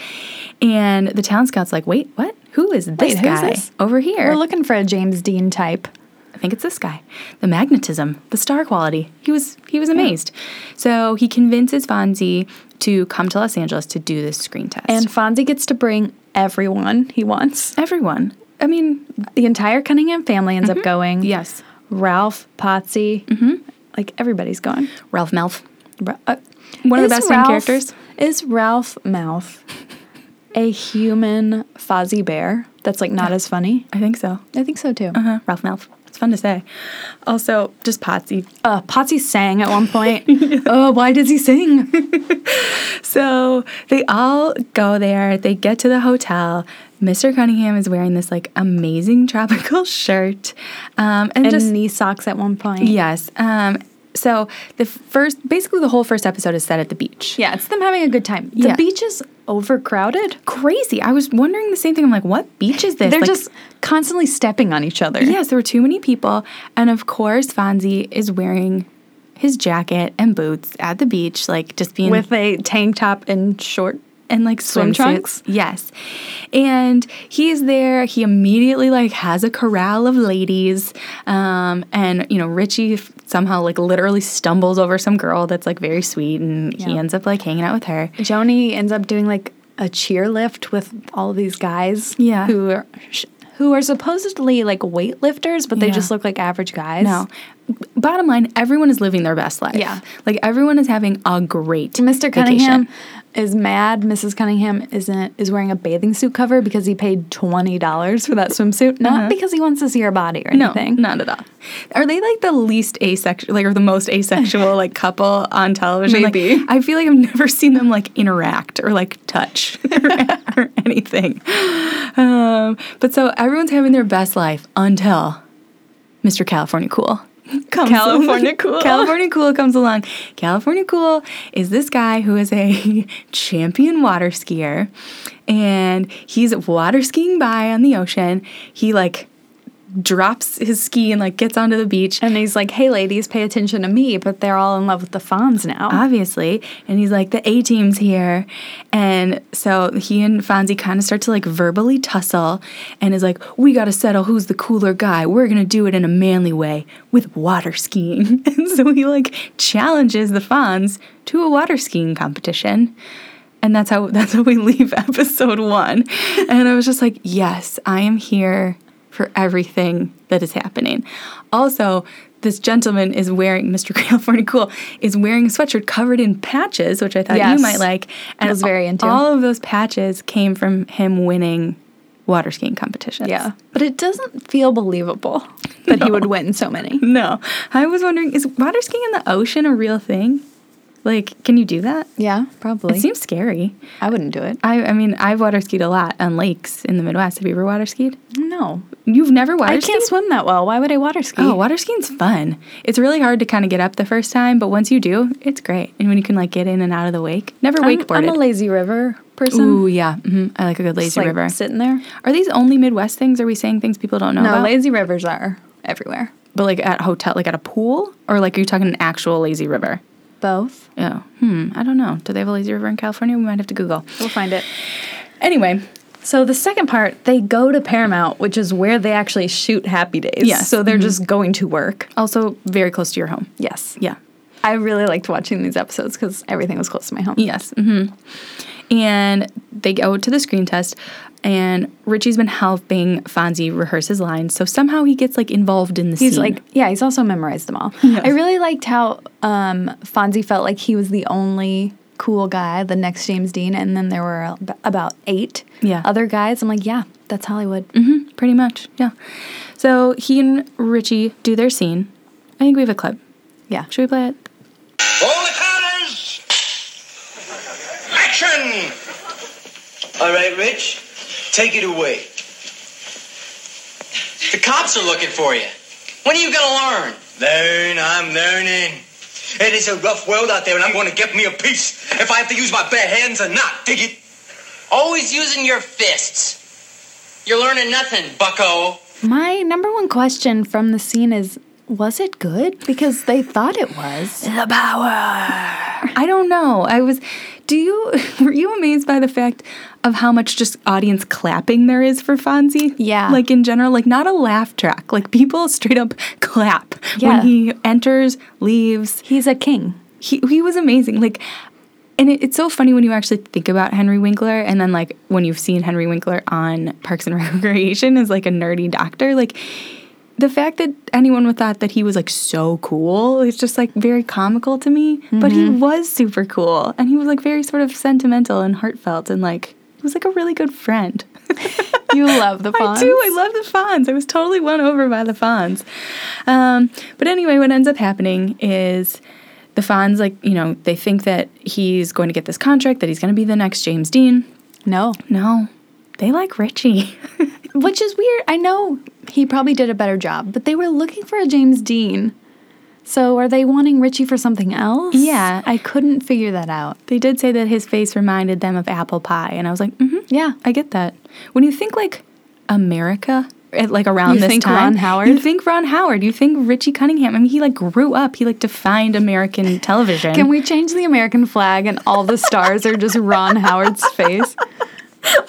[SPEAKER 2] And the town scout's like, wait, what? Who is this
[SPEAKER 1] who's
[SPEAKER 2] guy
[SPEAKER 1] this?
[SPEAKER 2] over here?
[SPEAKER 1] We're looking for a James Dean type.
[SPEAKER 2] I think it's this guy. The magnetism, the star quality. He was he was amazed. So he convinces Fonzie to come to Los Angeles to do this screen test.
[SPEAKER 1] And Fonzie gets to bring everyone he wants.
[SPEAKER 2] everyone. I mean,
[SPEAKER 1] The entire Cunningham family ends up going.
[SPEAKER 2] yes.
[SPEAKER 1] Ralph, Potsy, mm-hmm. like everybody's going.
[SPEAKER 2] Ralph Melf.
[SPEAKER 1] Ra- uh,
[SPEAKER 2] One of the
[SPEAKER 1] is
[SPEAKER 2] best named
[SPEAKER 1] Ralph-
[SPEAKER 2] characters.
[SPEAKER 1] Is Ralph Mouth a human Fozzie bear that's like not as funny?
[SPEAKER 2] I think so.
[SPEAKER 1] I think so too.
[SPEAKER 2] Uh-huh. Ralph Melf. It's fun to say. Also, just Potsy.
[SPEAKER 1] Uh, Potsy sang at one point. Oh, why does he sing?
[SPEAKER 2] So they all go there. They get to the hotel. Mr. Cunningham is wearing this like amazing tropical shirt, um, and,
[SPEAKER 1] And
[SPEAKER 2] just
[SPEAKER 1] knee socks at one point.
[SPEAKER 2] yes. Um, so the first, basically, the whole first episode is set at the beach.
[SPEAKER 1] Yeah, it's them having a good time. The
[SPEAKER 2] Yeah.
[SPEAKER 1] beach is overcrowded.
[SPEAKER 2] Crazy. I was wondering the same thing. I'm like, what beach is this?
[SPEAKER 1] They're
[SPEAKER 2] Like,
[SPEAKER 1] just constantly stepping on each other.
[SPEAKER 2] yes. There were too many people, and of course, Fonzie is wearing his jacket and boots at the beach, like just being
[SPEAKER 1] With a tank top and short.
[SPEAKER 2] and like
[SPEAKER 1] Swim
[SPEAKER 2] swim
[SPEAKER 1] trunks?
[SPEAKER 2] Yes. And he's there. He immediately like has a corral of ladies. Um, and you know, Richie f- somehow like literally stumbles over some girl that's like very sweet and he
[SPEAKER 1] Yeah.
[SPEAKER 2] ends up like hanging out with her.
[SPEAKER 1] Joni ends up doing like a cheer lift with all of these guys.
[SPEAKER 2] Yeah.
[SPEAKER 1] Who are. Sh- who are supposedly like weightlifters, but they
[SPEAKER 2] Yeah.
[SPEAKER 1] just look like average guys.
[SPEAKER 2] No. Bottom line, everyone is living their best life.
[SPEAKER 1] Yeah.
[SPEAKER 2] Like everyone is having a great
[SPEAKER 1] Mr.
[SPEAKER 2] vacation.
[SPEAKER 1] Cunningham is mad. Mrs. Cunningham isn't is wearing a bathing suit cover because he paid twenty dollars for that swimsuit, not because he wants to see her body or
[SPEAKER 2] No,
[SPEAKER 1] anything.
[SPEAKER 2] not at all. Are they like the least asexual, like or the most asexual like couple on television? Like,
[SPEAKER 1] Maybe.
[SPEAKER 2] I feel like I've never seen them like interact or like touch or, or anything. Um, but so everyone's having their best life until Mr. California Cool. Comes
[SPEAKER 1] California Cool.
[SPEAKER 2] California Cool comes along. California Cool is this guy who is a champion water skier and he's water skiing by on the ocean. He like drops his ski and like gets onto the beach
[SPEAKER 1] And he's like, "Hey, ladies, pay attention to me." But they're all in love with the Fonz now.
[SPEAKER 2] obviously and he's like the a team's here and so he and fonzie kind of start to like verbally tussle and is like we gotta settle who's the cooler guy we're gonna do it in a manly way with water skiing and so he like challenges the fonz to a water skiing competition and that's how that's how we leave episode one and i was just like yes i am here for everything that is happening also this gentleman is wearing mr california cool is wearing a sweatshirt covered in patches which i thought
[SPEAKER 1] Yes.
[SPEAKER 2] you might like and
[SPEAKER 1] Was very into.
[SPEAKER 2] all of those patches came from him winning water skiing competitions
[SPEAKER 1] yeah, but it doesn't feel believable that he would win so many.
[SPEAKER 2] no i was wondering is water skiing in the ocean a real thing like can you do that
[SPEAKER 1] Yeah, probably.
[SPEAKER 2] it seems scary
[SPEAKER 1] I wouldn't do it.
[SPEAKER 2] I, I mean, I've water skied a lot on lakes in the Midwest. Have you ever water skied?
[SPEAKER 1] No,
[SPEAKER 2] You've never water
[SPEAKER 1] I
[SPEAKER 2] skied?
[SPEAKER 1] can't swim that well. Why would I water ski?
[SPEAKER 2] Oh, water skiing's fun. It's really hard to kind of get up the first time, but once you do, it's great. And when you can like get in and out of the wake, never
[SPEAKER 1] I'm,
[SPEAKER 2] wakeboarded.
[SPEAKER 1] I'm a lazy river person.
[SPEAKER 2] Ooh, yeah, hmm I like a good lazy
[SPEAKER 1] Just, like,
[SPEAKER 2] river.
[SPEAKER 1] sitting there.
[SPEAKER 2] Are these only Midwest things? Are we saying things people don't know
[SPEAKER 1] No,
[SPEAKER 2] about?
[SPEAKER 1] lazy rivers are everywhere.
[SPEAKER 2] but like at hotel, like at a pool, or like are you talking an actual lazy river?
[SPEAKER 1] Both.
[SPEAKER 2] Oh, hmm. I don't know. Do they have a lazy river in California? We might have to Google.
[SPEAKER 1] We'll find it.
[SPEAKER 2] Anyway,
[SPEAKER 1] So the second part, they go to Paramount, which is where they actually shoot Happy Days.
[SPEAKER 2] Yes.
[SPEAKER 1] So they're just going to work.
[SPEAKER 2] also very close to your home.
[SPEAKER 1] Mm-hmm. Yes.
[SPEAKER 2] Yeah.
[SPEAKER 1] I really liked watching these episodes because everything was close to my home.
[SPEAKER 2] Yes. hmm And they go to the screen test, and Richie's been helping Fonzie rehearse his lines, so somehow he gets like involved in the
[SPEAKER 1] He's
[SPEAKER 2] scene.
[SPEAKER 1] like, yeah, he's also memorized them all. I really liked how um, Fonzie felt like he was the only cool guy, the next James Dean, and then there were ab- about eight
[SPEAKER 2] Yeah.
[SPEAKER 1] other guys. I'm like, yeah, that's Hollywood.
[SPEAKER 2] hmm pretty much. Yeah. So he and Richie do their scene. I think we have a clip.
[SPEAKER 1] Yeah.
[SPEAKER 2] Should we play it?
[SPEAKER 3] All the counters! Action!
[SPEAKER 4] All right, Rich, take it away. The cops are looking for you. When are you gonna learn?
[SPEAKER 3] Learn, I'm learning. It is a rough world out there, and I'm going to get me a piece if I have to use my bare hands or not. Dig it?
[SPEAKER 4] Always using your fists. You're learning nothing, bucko.
[SPEAKER 1] My number one question from the scene is, was it good? Because they thought it was.
[SPEAKER 2] The power. I don't know. I was. Do you were you amazed by the fact of how much just audience clapping there is for Fonzie?
[SPEAKER 1] Yeah.
[SPEAKER 2] Like in general, like not a laugh track. Like people straight up clap
[SPEAKER 1] Yeah.
[SPEAKER 2] when he enters, leaves.
[SPEAKER 1] He's a king.
[SPEAKER 2] He he was amazing. Like and it, it's so funny when you actually think about Henry Winkler and then like when you've seen Henry Winkler on Parks and Recreation as like a nerdy doctor, like the fact that anyone would thought that he was like so cool is just like very comical to me. But he was super cool, and he was like very sort of sentimental and heartfelt, and like he was like a really good friend.
[SPEAKER 1] You love the
[SPEAKER 2] I do. I love the Fonz. I was totally won over by the Fonz. Um, but anyway, what ends up happening is the Fonz, like you know, they think that he's going to get this contract, that he's going to be the next James Dean.
[SPEAKER 1] No.
[SPEAKER 2] No, they like Richie.
[SPEAKER 1] Which is weird. I know he probably did a better job, but they were looking for a James Dean. So are they wanting Richie for something else?
[SPEAKER 2] Yeah.
[SPEAKER 1] I couldn't figure that out.
[SPEAKER 2] They did say that his face reminded them of apple pie, and I was like, mm-hmm,
[SPEAKER 1] Yeah.
[SPEAKER 2] I get that. When you think like America, at, like around
[SPEAKER 1] You
[SPEAKER 2] this
[SPEAKER 1] think
[SPEAKER 2] time,
[SPEAKER 1] Ron Howard?
[SPEAKER 2] you think Ron Howard, you think Richie Cunningham. I mean, he like grew up. He like defined American television.
[SPEAKER 1] Can we change the American flag and all the stars are just Ron Howard's face?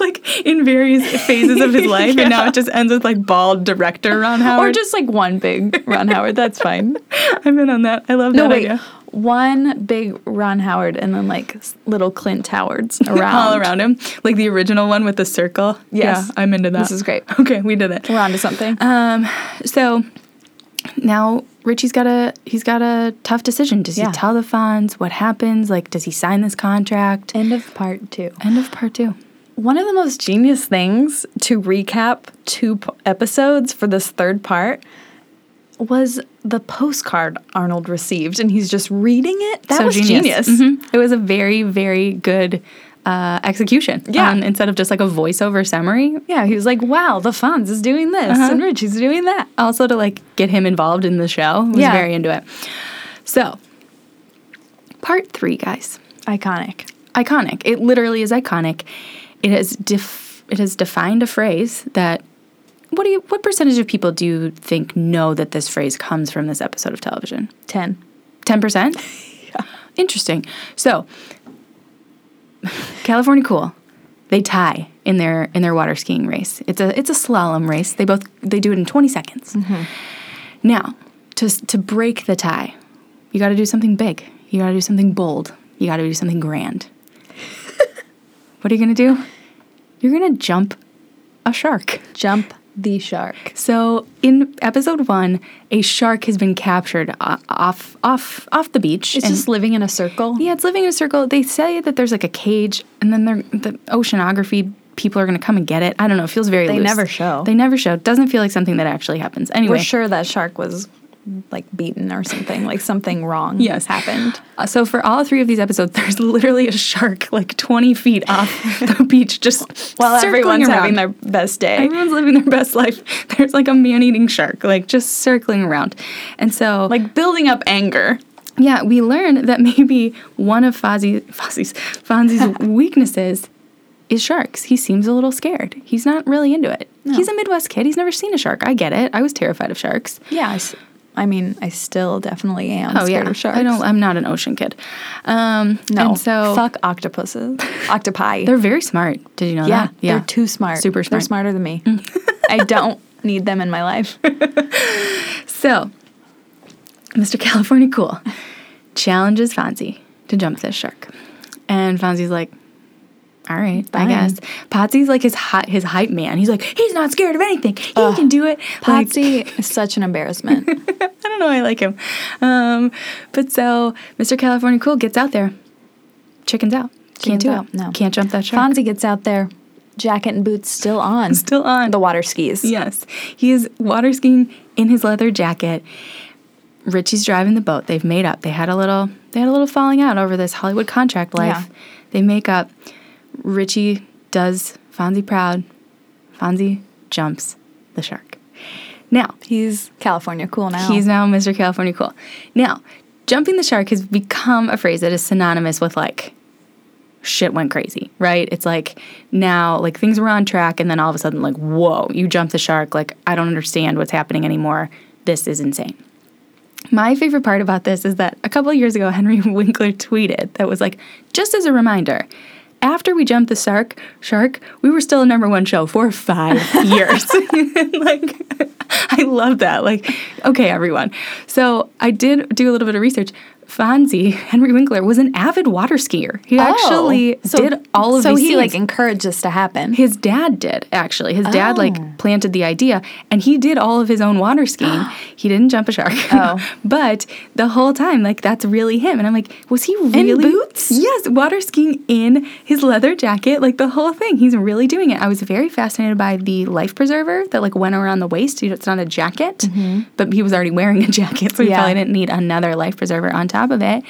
[SPEAKER 2] like in various phases of his life, and now it just ends with like bald director Ron Howard.
[SPEAKER 1] Or just like one big Ron Howard. That's fine.
[SPEAKER 2] I'm in on that. I love
[SPEAKER 1] No,
[SPEAKER 2] that
[SPEAKER 1] wait.
[SPEAKER 2] idea.
[SPEAKER 1] One big Ron Howard and then like s- little Clint Howards around.
[SPEAKER 2] All around him, like the original one with the circle.
[SPEAKER 1] Yes.
[SPEAKER 2] Yeah, I'm into that.
[SPEAKER 1] This is great.
[SPEAKER 2] Okay, we did it.
[SPEAKER 1] We're on to something.
[SPEAKER 2] Um, so now Richie's got a he's got a tough decision. Does
[SPEAKER 1] Yeah.
[SPEAKER 2] he tell the Fonz what happens? Like, does he sign this contract?
[SPEAKER 1] End of part two.
[SPEAKER 2] End of part two.
[SPEAKER 1] One of the most genius things to recap two p- episodes for this third part was the postcard Arnold received, and he's just reading it. That
[SPEAKER 2] so
[SPEAKER 1] was
[SPEAKER 2] genius.
[SPEAKER 1] genius. Mm-hmm.
[SPEAKER 2] Mhm. It was a very very good uh, execution.
[SPEAKER 1] Yeah.
[SPEAKER 2] on- instead of just like a voiceover summary.
[SPEAKER 1] Yeah, he was like, "Wow, the Fonz is doing this, and Richie's doing that."
[SPEAKER 2] Also to like get him involved in the show. Was
[SPEAKER 1] Yeah.
[SPEAKER 2] very into it. So part three, guys.
[SPEAKER 1] Iconic.
[SPEAKER 2] iconic. It literally is iconic. It has def- it has defined a phrase that what do you what percentage of people do you think know that this phrase comes from this episode of television?
[SPEAKER 1] Ten.
[SPEAKER 2] 10%? Interesting. So, California Cool, they tie in their in their water skiing race. It's a it's a slalom race. They both they do it in 20 seconds. Now, to s- to break the tie, you got to do something big. You got to do something bold. You got to do something grand. what are you going to do? You're going to jump a shark.
[SPEAKER 1] Jump the shark.
[SPEAKER 2] So in episode one, a shark has been captured o- off off off the beach.
[SPEAKER 1] It's
[SPEAKER 2] and-
[SPEAKER 1] just living in a circle.
[SPEAKER 2] yeah, it's living in a circle. They say that there's like a cage, and then they're- the oceanography people are going to come and get it. I don't know. It feels very.
[SPEAKER 1] They
[SPEAKER 2] loose.
[SPEAKER 1] never show.
[SPEAKER 2] They never show. It doesn't feel like something that actually happens. Anyway,
[SPEAKER 1] We're sure that shark was like beaten or something, like something wrong
[SPEAKER 2] Yes.
[SPEAKER 1] happened.
[SPEAKER 2] Uh, So for all three of these episodes, there's literally a shark like 20 feet off the beach, just
[SPEAKER 1] While
[SPEAKER 2] circling
[SPEAKER 1] everyone's
[SPEAKER 2] around.
[SPEAKER 1] having their best day.
[SPEAKER 2] Everyone's living their best life. There's like a man-eating shark, like just circling around, and so
[SPEAKER 1] Like building up anger.
[SPEAKER 2] Yeah, we learn that maybe one of Fozzie, Fozzie's, Fonzie's weaknesses is sharks. He seems a little scared. He's not really into it. He's a Midwest kid. He's never seen a shark. I get it. I was terrified of sharks.
[SPEAKER 1] Yeah. I, s- I mean, I still definitely am scared of sharks.
[SPEAKER 2] Oh, I don't. I'm not an ocean kid. Um,
[SPEAKER 1] No.
[SPEAKER 2] And so
[SPEAKER 1] fuck octopuses. Octopi.
[SPEAKER 2] they're very smart. Did you know
[SPEAKER 1] yeah,
[SPEAKER 2] that? Yeah.
[SPEAKER 1] They're too smart.
[SPEAKER 2] Super
[SPEAKER 1] They're
[SPEAKER 2] smart. Mm.
[SPEAKER 1] smarter than me. I don't need them in my life.
[SPEAKER 2] So, Mr. California Cool challenges Fonzie to jump this shark. And Fonzie's like, all right,
[SPEAKER 1] Fine.
[SPEAKER 2] I guess. Patsy's like his hi- his hype man. He's like, he's not scared of anything. He can do it. Like,
[SPEAKER 1] Patsy is such an embarrassment.
[SPEAKER 2] I don't know. I like him. Um, but so Mr. California Cool gets out there, Chicken's out.
[SPEAKER 1] Chicken's
[SPEAKER 2] Can't do
[SPEAKER 1] out.
[SPEAKER 2] it.
[SPEAKER 1] No.
[SPEAKER 2] Can't jump that shark.
[SPEAKER 1] Fonzie gets out there, jacket and boots still on.
[SPEAKER 2] Still on.
[SPEAKER 1] The water skis.
[SPEAKER 2] Yes. He is water skiing in his leather jacket. Richie's driving the boat. They've made up. They had a little they had a little falling out over this Hollywood contract life.
[SPEAKER 1] Yeah.
[SPEAKER 2] They make up. Richie does Fonzie proud. Fonzie jumps the shark. Now,
[SPEAKER 1] He's California cool now.
[SPEAKER 2] He's now Mr. California Cool. Now, jumping the shark has become a phrase that is synonymous with like shit went crazy, right? It's like now, like things were on track, and then all of a sudden, like, whoa, you jumped the shark. Like, I don't understand what's happening anymore. This is insane. My favorite part about this is that a couple of years ago, Henry Winkler tweeted that was like, just as a reminder, after we jumped the shark, shark, we were still a number one show for five years. like, I love that. Like, okay, everyone. So I did do a little bit of research. Fonzie, Henry Winkler, was an avid water skier. He actually
[SPEAKER 1] Oh. So-
[SPEAKER 2] did all of
[SPEAKER 1] So
[SPEAKER 2] these
[SPEAKER 1] he
[SPEAKER 2] things.
[SPEAKER 1] like encouraged this to happen.
[SPEAKER 2] His dad did actually. His dad
[SPEAKER 1] Oh.
[SPEAKER 2] like planted the idea, and he did all of his own water skiing. he didn't jump a shark.
[SPEAKER 1] Oh.
[SPEAKER 2] but the whole time, like that's really him. And I'm like, was he really
[SPEAKER 1] boots?
[SPEAKER 2] Yes, water skiing in his leather jacket, like the whole thing. He's really doing it. I was very fascinated by the life preserver that like went around the waist. You know, It's not a jacket, but he was already wearing a jacket, so he
[SPEAKER 1] Mm-hmm. Yeah.
[SPEAKER 2] probably didn't need another life preserver on top of it.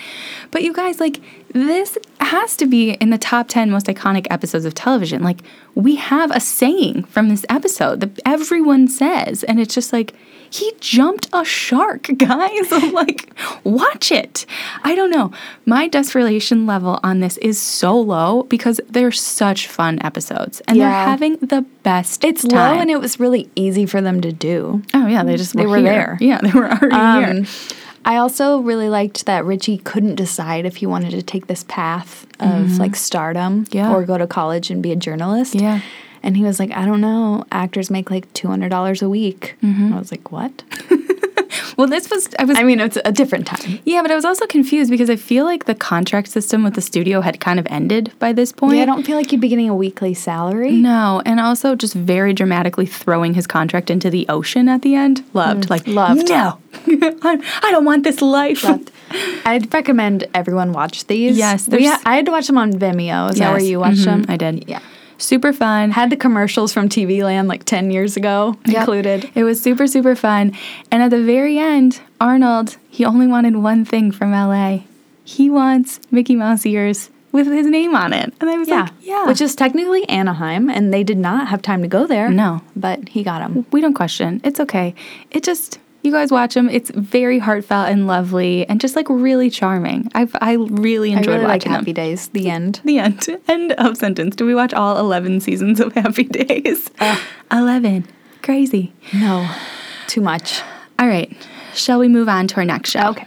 [SPEAKER 2] But you guys, like, this has to be in the top 10 most iconic episodes of television. Like, we have a saying from this episode that everyone says, and it's just like, he jumped a shark, guys. I'm like, watch it. I don't know. My desperation level on this is so low because they're such fun episodes and they're
[SPEAKER 1] Yeah.
[SPEAKER 2] having the best
[SPEAKER 1] It's
[SPEAKER 2] time.
[SPEAKER 1] low and it was really easy for them to do.
[SPEAKER 2] oh, yeah, they just
[SPEAKER 1] They were
[SPEAKER 2] here.
[SPEAKER 1] there.
[SPEAKER 2] Yeah, they were already here.
[SPEAKER 1] Um, I also really liked that Richie couldn't decide if he wanted to take this path of like stardom
[SPEAKER 2] Mm-hmm. Yeah.
[SPEAKER 1] or go to college and be a journalist.
[SPEAKER 2] Yeah.
[SPEAKER 1] And he was like, I don't know. Actors make like $200 a week.
[SPEAKER 2] Mm-hmm.
[SPEAKER 1] I was like, what?
[SPEAKER 2] Well, this was, I was
[SPEAKER 1] I mean, it's a different time.
[SPEAKER 2] Yeah, but I was also confused because I feel like the contract system with the studio had kind of ended by this point.
[SPEAKER 1] Yeah, I don't feel like you'd be getting a weekly salary.
[SPEAKER 2] No, and also just very dramatically throwing his contract into the ocean at the end. Loved, like
[SPEAKER 1] Mm, loved.
[SPEAKER 2] No, I, I don't want this life.
[SPEAKER 1] But I'd recommend everyone watch these.
[SPEAKER 2] Mm-hmm. Yes,
[SPEAKER 1] We
[SPEAKER 2] there's-
[SPEAKER 1] ha- I had to watch them on Vimeo. Is that where
[SPEAKER 2] Yes,
[SPEAKER 1] you watched them?
[SPEAKER 2] mhm, I did.
[SPEAKER 1] Yeah.
[SPEAKER 2] Super fun.
[SPEAKER 1] Had the commercials from TV Land like 10 years ago
[SPEAKER 2] Yep.
[SPEAKER 1] included.
[SPEAKER 2] It was super super fun. And at the very end, Arnold he only wanted one thing from LA. He wants Mickey Mouse ears with his name on it, and I was like, yeah,
[SPEAKER 1] Which is technically Anaheim, and they did not have time to go there.
[SPEAKER 2] No.
[SPEAKER 1] But he got them.
[SPEAKER 2] we don't question. It's okay. It just you guys watch them. It's very heartfelt and lovely, and just like really charming. I've I really
[SPEAKER 1] I
[SPEAKER 2] enjoyed
[SPEAKER 1] really like
[SPEAKER 2] watching
[SPEAKER 1] Happy
[SPEAKER 2] them.
[SPEAKER 1] Days, the end.
[SPEAKER 2] The end. End of sentence. Do we watch all eleven seasons of Happy Days?
[SPEAKER 1] Uh.
[SPEAKER 2] eleven. Crazy.
[SPEAKER 1] No, too much.
[SPEAKER 2] All right. Shall we move on to our next show?
[SPEAKER 1] Okay.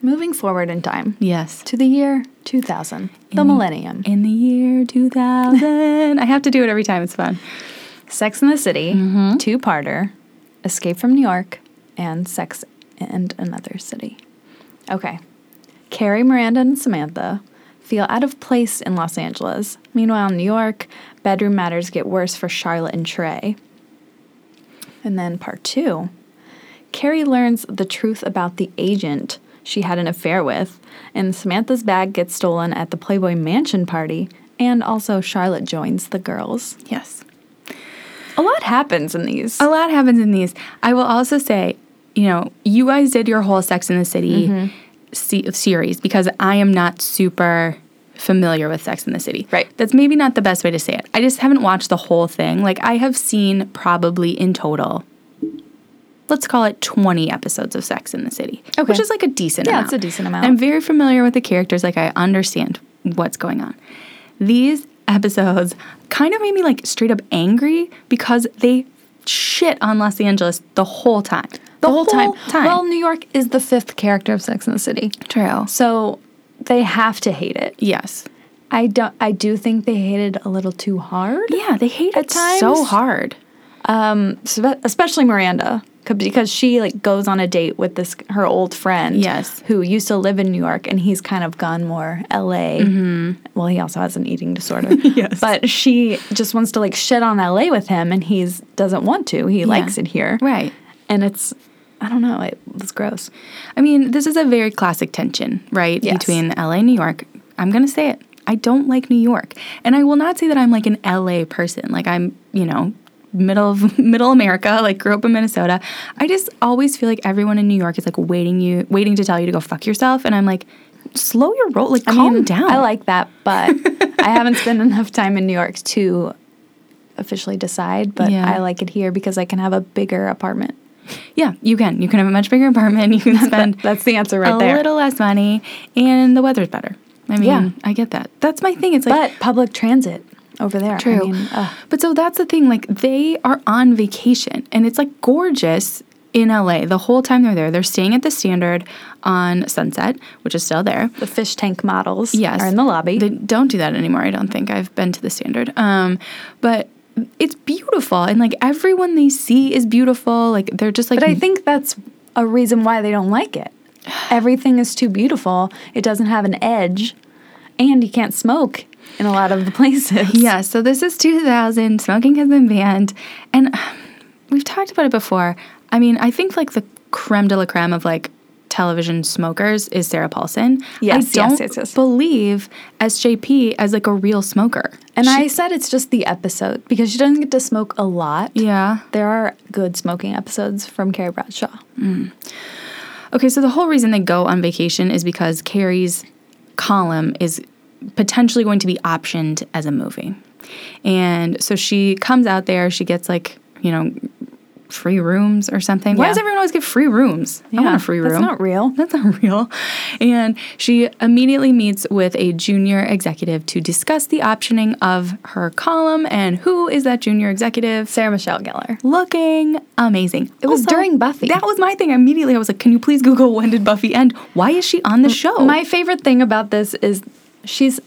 [SPEAKER 1] Moving forward in time
[SPEAKER 2] Yes.
[SPEAKER 1] to the year 2000, the millennium.
[SPEAKER 2] In the year 2000. I have to do it every time. It's fun.
[SPEAKER 1] Sex in the City, two parter, Escape from New York, and Sex and Another City. Okay. Carrie, Miranda, and Samantha feel out of place in Los Angeles. Meanwhile, in New York, bedroom matters get worse for Charlotte and Trey. And then part two Carrie learns the truth about the agent she had an affair with, and Samantha's bag gets stolen at the Playboy Mansion party, and also Charlotte joins the girls.
[SPEAKER 2] Yes.
[SPEAKER 1] A lot happens in these.
[SPEAKER 2] A lot happens in these. I will also say, you know, you guys did your whole Sex in the City
[SPEAKER 1] Mm-hmm.
[SPEAKER 2] se- series because I am not super familiar with Sex in the City.
[SPEAKER 1] Right.
[SPEAKER 2] That's maybe not the best way to say it. I just haven't watched the whole thing. Like, I have seen probably in total. Let's call it 20 episodes of Sex in the City, which
[SPEAKER 1] Okay.
[SPEAKER 2] is like a decent
[SPEAKER 1] Yeah,
[SPEAKER 2] amount.
[SPEAKER 1] it's a decent amount.
[SPEAKER 2] I'm very familiar with the characters. Like, I understand what's going on. These episodes kind of made me like straight up angry because they shit on Los Angeles the whole time. The, whole, time.
[SPEAKER 1] Well, New York is the fifth character of Sex and the City.
[SPEAKER 2] true.
[SPEAKER 1] So they have to hate it.
[SPEAKER 2] Yes.
[SPEAKER 1] I don't I do think they hated a little too hard.
[SPEAKER 2] Yeah, they hate
[SPEAKER 1] At
[SPEAKER 2] it so
[SPEAKER 1] times.
[SPEAKER 2] hard.
[SPEAKER 1] Spe- Especially Miranda. c- Because she like goes on a date with this her old friend,
[SPEAKER 2] Yes.
[SPEAKER 1] who used to live in New York, and he's kind of gone more L.A. Well, he also has an eating disorder,
[SPEAKER 2] Mm-hmm. Yes.
[SPEAKER 1] But she just wants to like shit on L.A. with him, and he's doesn't want to. He likes it here,
[SPEAKER 2] Right.
[SPEAKER 1] And it's I don't know, it was gross.
[SPEAKER 2] I mean, this is a very classic tension, right?
[SPEAKER 1] Yes.
[SPEAKER 2] Between LA and New York. I'm going to say it. I don't like New York. And I will not say that I'm like an LA person. Like I'm, you know, middle of middle America, like grew up in Minnesota. I just always feel like everyone in New York is like waiting you waiting to tell you to go fuck yourself and I'm like slow your roll, like
[SPEAKER 1] I
[SPEAKER 2] calm
[SPEAKER 1] mean,
[SPEAKER 2] down.
[SPEAKER 1] I like that, but I haven't spent enough time in New York to officially decide. But
[SPEAKER 2] Yeah.
[SPEAKER 1] I like it here because I can have a bigger apartment.
[SPEAKER 2] Yeah, you can. You can have a much bigger apartment. You can spend
[SPEAKER 1] That's the answer right
[SPEAKER 2] a
[SPEAKER 1] there.
[SPEAKER 2] little less money and the weather's better. I mean,
[SPEAKER 1] Yeah.
[SPEAKER 2] I get that. That's my thing. It's like
[SPEAKER 1] but public transit over there. I
[SPEAKER 2] True.
[SPEAKER 1] mean, uh. ugh.
[SPEAKER 2] but so that's the thing. Like they are on vacation, and it's like gorgeous in LA the whole time they're there. They're staying at the Standard on Sunset, which is still there.
[SPEAKER 1] the fish tank models
[SPEAKER 2] Yes,
[SPEAKER 1] are in the lobby.
[SPEAKER 2] They don't do that anymore. I don't think I've been to the Standard. Um, but it's beautiful, and like everyone they see is beautiful. Like they're just like
[SPEAKER 1] but I think that's a reason why they don't like it. Everything is too beautiful. It doesn't have an edge, and you can't smoke in a lot of the places.
[SPEAKER 2] Yeah, so this is 2000. Smoking has been banned. And we've talked about it before. I mean, I think like the creme de la creme of like television smokers is Sarah Paulson.
[SPEAKER 1] Yes,
[SPEAKER 2] I
[SPEAKER 1] yes,
[SPEAKER 2] don't
[SPEAKER 1] yes, yes.
[SPEAKER 2] believe SJP as like a real smoker.
[SPEAKER 1] And I said it's just the episode because she doesn't get to smoke a lot.
[SPEAKER 2] Yeah.
[SPEAKER 1] There are good smoking episodes from Carrie Bradshaw.
[SPEAKER 2] Okay, so the whole reason they go on vacation is because Carrie's column is potentially going to be optioned as a movie. And so she comes out there, she gets like, you know, free rooms or something. Why
[SPEAKER 1] Yeah.
[SPEAKER 2] does everyone always get free rooms? I want
[SPEAKER 1] Yeah,
[SPEAKER 2] a free room.
[SPEAKER 1] that's not real.
[SPEAKER 2] That's not real. And she immediately meets with a junior executive to discuss the optioning of her column and who is that junior executive?
[SPEAKER 1] Sarah Michelle Gellar.
[SPEAKER 2] looking amazing. It
[SPEAKER 1] was during Buffy.
[SPEAKER 2] That was my thing. Immediately, I was like, "Can you please Google when did Buffy end? Why is she on the show?"
[SPEAKER 1] Oh. My favorite thing about this is she's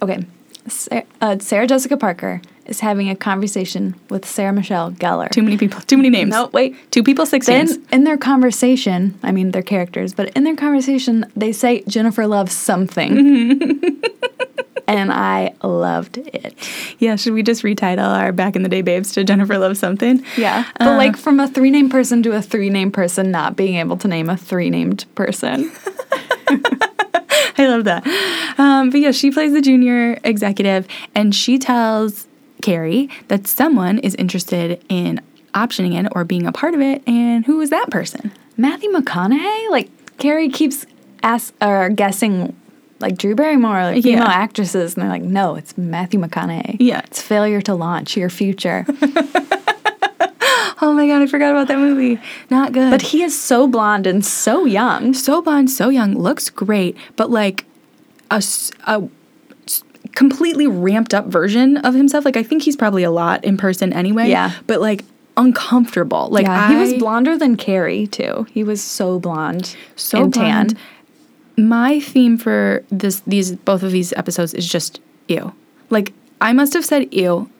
[SPEAKER 1] okay. Sarah, uh, Sarah Jessica Parker is having a conversation with Sarah Michelle Gellar.
[SPEAKER 2] too many people, too many names.
[SPEAKER 1] No, wait.
[SPEAKER 2] two people, six names.
[SPEAKER 1] Then in their conversation, I mean their characters, but in their conversation, they say Jennifer loves something. Mm-hmm. and I loved it.
[SPEAKER 2] Yeah, should we just retitle our "Back in the Day Babes" to "Jennifer Loves Something"?
[SPEAKER 1] Yeah. But
[SPEAKER 2] Uh,
[SPEAKER 1] like from a three named person to a three named person not being able to name a three named person.
[SPEAKER 2] I love that. Um, but yeah, she plays the junior executive, and she tells Carrie that someone is interested in optioning it or being a part of it, and who is that person?
[SPEAKER 1] Matthew McConaughey? Like Carrie keeps ask or guessing like Drew Barrymore, like female
[SPEAKER 2] Yeah.
[SPEAKER 1] actresses, and they're like, no, it's Matthew McConaughey.
[SPEAKER 2] Yeah.
[SPEAKER 1] It's failure to launch your future.
[SPEAKER 2] Oh my god, I forgot about that movie. Not good.
[SPEAKER 1] but he is so blonde and so young.
[SPEAKER 2] so blonde, so young, looks great, but like a, s- a s- completely ramped up version of himself. Like I think he's probably a lot in person anyway.
[SPEAKER 1] Yeah.
[SPEAKER 2] but like uncomfortable. Like
[SPEAKER 1] Yeah,
[SPEAKER 2] I,
[SPEAKER 1] he was blonder than Carrie too. He was so blonde,
[SPEAKER 2] so
[SPEAKER 1] and tan.
[SPEAKER 2] blonde. My theme for this these both of these episodes is just ew. Like I must have said ew.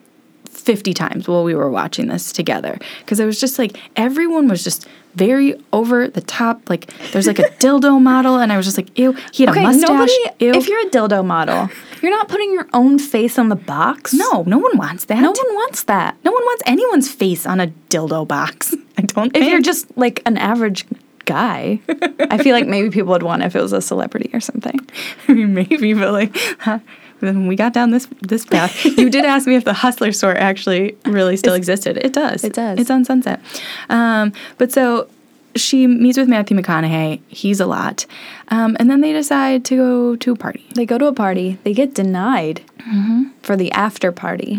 [SPEAKER 2] 50 times while we were watching this together because I was just like everyone was just very over the top like there's like a dildo model and I was just like ew he had
[SPEAKER 1] Okay,
[SPEAKER 2] a mustache
[SPEAKER 1] nobody.
[SPEAKER 2] ew
[SPEAKER 1] If you're a dildo model, you're not putting your own face on the box.
[SPEAKER 2] No, no one wants that.
[SPEAKER 1] no one wants that.
[SPEAKER 2] No one wants anyone's face on a dildo box. I don't
[SPEAKER 1] If
[SPEAKER 2] think.
[SPEAKER 1] you're just like an average guy, I feel like maybe people would want if it was a celebrity or something.
[SPEAKER 2] I mean, maybe, but like, when we got down this this path, you did ask me if the Hustler store actually really still existed. It does.
[SPEAKER 1] it does.
[SPEAKER 2] It's on Sunset. Um, but so she meets with Matthew McConaughey. He's a lot, um, and then they decide to go to a party.
[SPEAKER 1] They go to a party, they get denied for the after party.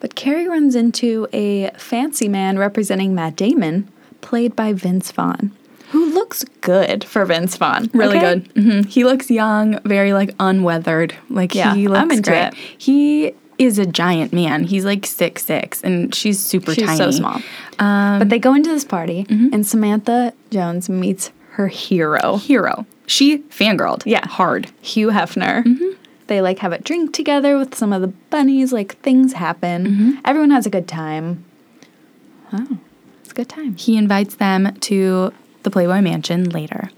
[SPEAKER 1] But Carrie runs into a fancy man representing Matt Damon, played by Vince Vaughn, who looks good for Vince Vaughn.
[SPEAKER 2] Really
[SPEAKER 1] okay?
[SPEAKER 2] good. hmm He looks young, very like unweathered. Like
[SPEAKER 1] Yeah,
[SPEAKER 2] he looks
[SPEAKER 1] I'm into
[SPEAKER 2] great.
[SPEAKER 1] it.
[SPEAKER 2] He is a giant man. He's like six six, and she's super
[SPEAKER 1] She's
[SPEAKER 2] tiny.
[SPEAKER 1] so small. but they go into this party, and Samantha Jones meets her Mm-hmm. hero,
[SPEAKER 2] Hero. She fangirled.
[SPEAKER 1] Yeah.
[SPEAKER 2] hard.
[SPEAKER 1] Hugh Hefner. They like have a drink together with some of the bunnies. Like things happen. Everyone has a good time. Oh, it's a good time.
[SPEAKER 2] He invites them to the Playboy Mansion later.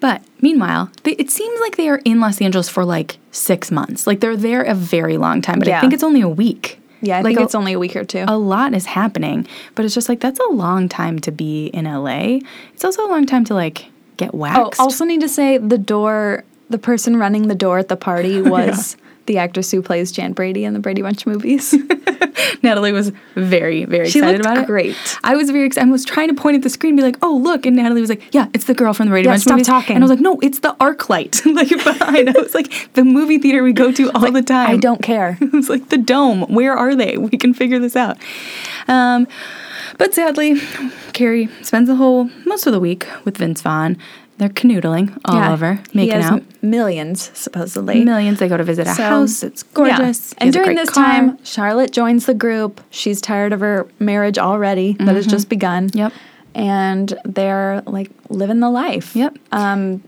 [SPEAKER 2] But meanwhile, they, it seems like they are in Los Angeles for like six months. Like they're there a very long time, but I
[SPEAKER 1] Yeah.
[SPEAKER 2] think it's only a week.
[SPEAKER 1] Yeah, I
[SPEAKER 2] like
[SPEAKER 1] think
[SPEAKER 2] a-
[SPEAKER 1] it's only a week or two. Oh,
[SPEAKER 2] a lot is happening, but it's just like that's a long time to be in LA. It's also a long time to like get
[SPEAKER 1] Oh,
[SPEAKER 2] waxed.
[SPEAKER 1] also need to say the door the person running the door at the party was the actress who plays Jan Brady in the Brady Bunch movies.
[SPEAKER 2] Natalie was very, very
[SPEAKER 1] She
[SPEAKER 2] excited
[SPEAKER 1] looked
[SPEAKER 2] about it.
[SPEAKER 1] great.
[SPEAKER 2] I was very excited. I was trying to point at the screen and be like, oh, look. And Natalie was like, yeah, it's the girl from the Radio
[SPEAKER 1] Yeah,
[SPEAKER 2] Bunch
[SPEAKER 1] stop
[SPEAKER 2] movies.
[SPEAKER 1] talking.
[SPEAKER 2] And I was like, no, it's the arc light. like behind. I was like, the movie theater we go to all the time.
[SPEAKER 1] I don't care.
[SPEAKER 2] It was like the dome. Where are they? We can figure this out. Um, but sadly, Carrie spends the whole most of the week with Vince Vaughn. They're canoodling all
[SPEAKER 1] Yeah,
[SPEAKER 2] over,
[SPEAKER 1] he
[SPEAKER 2] making
[SPEAKER 1] has
[SPEAKER 2] out.
[SPEAKER 1] Millions, supposedly.
[SPEAKER 2] Millions. They go to visit a
[SPEAKER 1] So,
[SPEAKER 2] house. It's
[SPEAKER 1] yeah.
[SPEAKER 2] gorgeous. He
[SPEAKER 1] And
[SPEAKER 2] has a
[SPEAKER 1] during
[SPEAKER 2] great
[SPEAKER 1] this
[SPEAKER 2] car.
[SPEAKER 1] time, Charlotte joins the group. She's tired of her marriage already that has just begun.
[SPEAKER 2] Mm-hmm. Yep.
[SPEAKER 1] And they're like living the life.
[SPEAKER 2] Yep.
[SPEAKER 1] Um,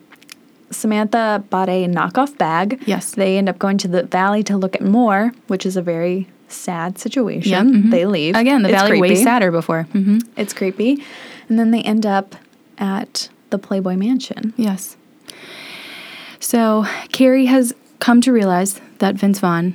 [SPEAKER 1] Samantha bought a knockoff bag.
[SPEAKER 2] Yes.
[SPEAKER 1] They end up going to the valley to look at more, which is a very sad situation.
[SPEAKER 2] Yep, mhm.
[SPEAKER 1] They leave.
[SPEAKER 2] again, the
[SPEAKER 1] It's
[SPEAKER 2] valley way
[SPEAKER 1] creepy. Mm-hmm.
[SPEAKER 2] sadder before. hmm
[SPEAKER 1] It's creepy. And then they end up at the Playboy Mansion.
[SPEAKER 2] Yes. So Carrie has come to realize that Vince Vaughn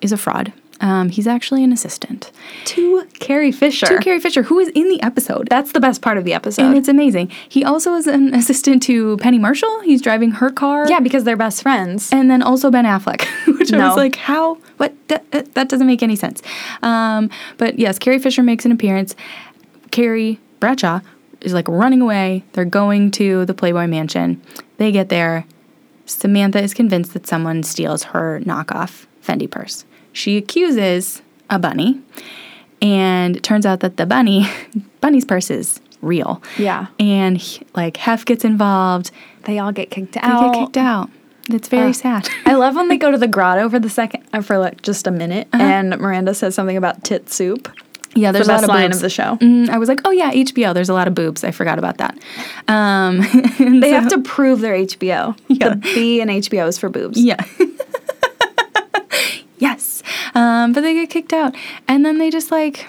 [SPEAKER 2] is a fraud. Um, he's actually an assistant
[SPEAKER 1] To Carrie Fisher.
[SPEAKER 2] to Carrie Fisher, who is in the episode.
[SPEAKER 1] That's the best part of the episode.
[SPEAKER 2] and it's amazing. He also is an assistant to Penny Marshall. He's driving her car.
[SPEAKER 1] yeah, because they're best friends.
[SPEAKER 2] And then also Ben Affleck, which I
[SPEAKER 1] No.
[SPEAKER 2] was like, how? What? That, that- that doesn't make any sense. Um, but yes, Carrie Fisher makes an appearance. Carrie Bradshaw is like running away. They're going to the Playboy Mansion. They get there. Samantha is convinced that someone steals her knockoff Fendi purse. She accuses a bunny, and it turns out that the bunny, bunny's purse is real.
[SPEAKER 1] Yeah.
[SPEAKER 2] And he- like Hef gets involved.
[SPEAKER 1] they all get kicked
[SPEAKER 2] They
[SPEAKER 1] out.
[SPEAKER 2] get kicked out. It's very sad.
[SPEAKER 1] Uh, I love when they go to the grotto for the second uh, for like just a minute, and Miranda says something about tit soup.
[SPEAKER 2] Yeah, Uh-huh. there's
[SPEAKER 1] the
[SPEAKER 2] a lot
[SPEAKER 1] best
[SPEAKER 2] of
[SPEAKER 1] line
[SPEAKER 2] boobs.
[SPEAKER 1] of the show.
[SPEAKER 2] Mm, I was like, oh yeah, HBO. There's a lot of boobs. I forgot about that. Um, and
[SPEAKER 1] They
[SPEAKER 2] so-
[SPEAKER 1] have to prove they're HBO. The B in HBO is for boobs.
[SPEAKER 2] Yeah. yes. Um, but they get kicked out, and then they just like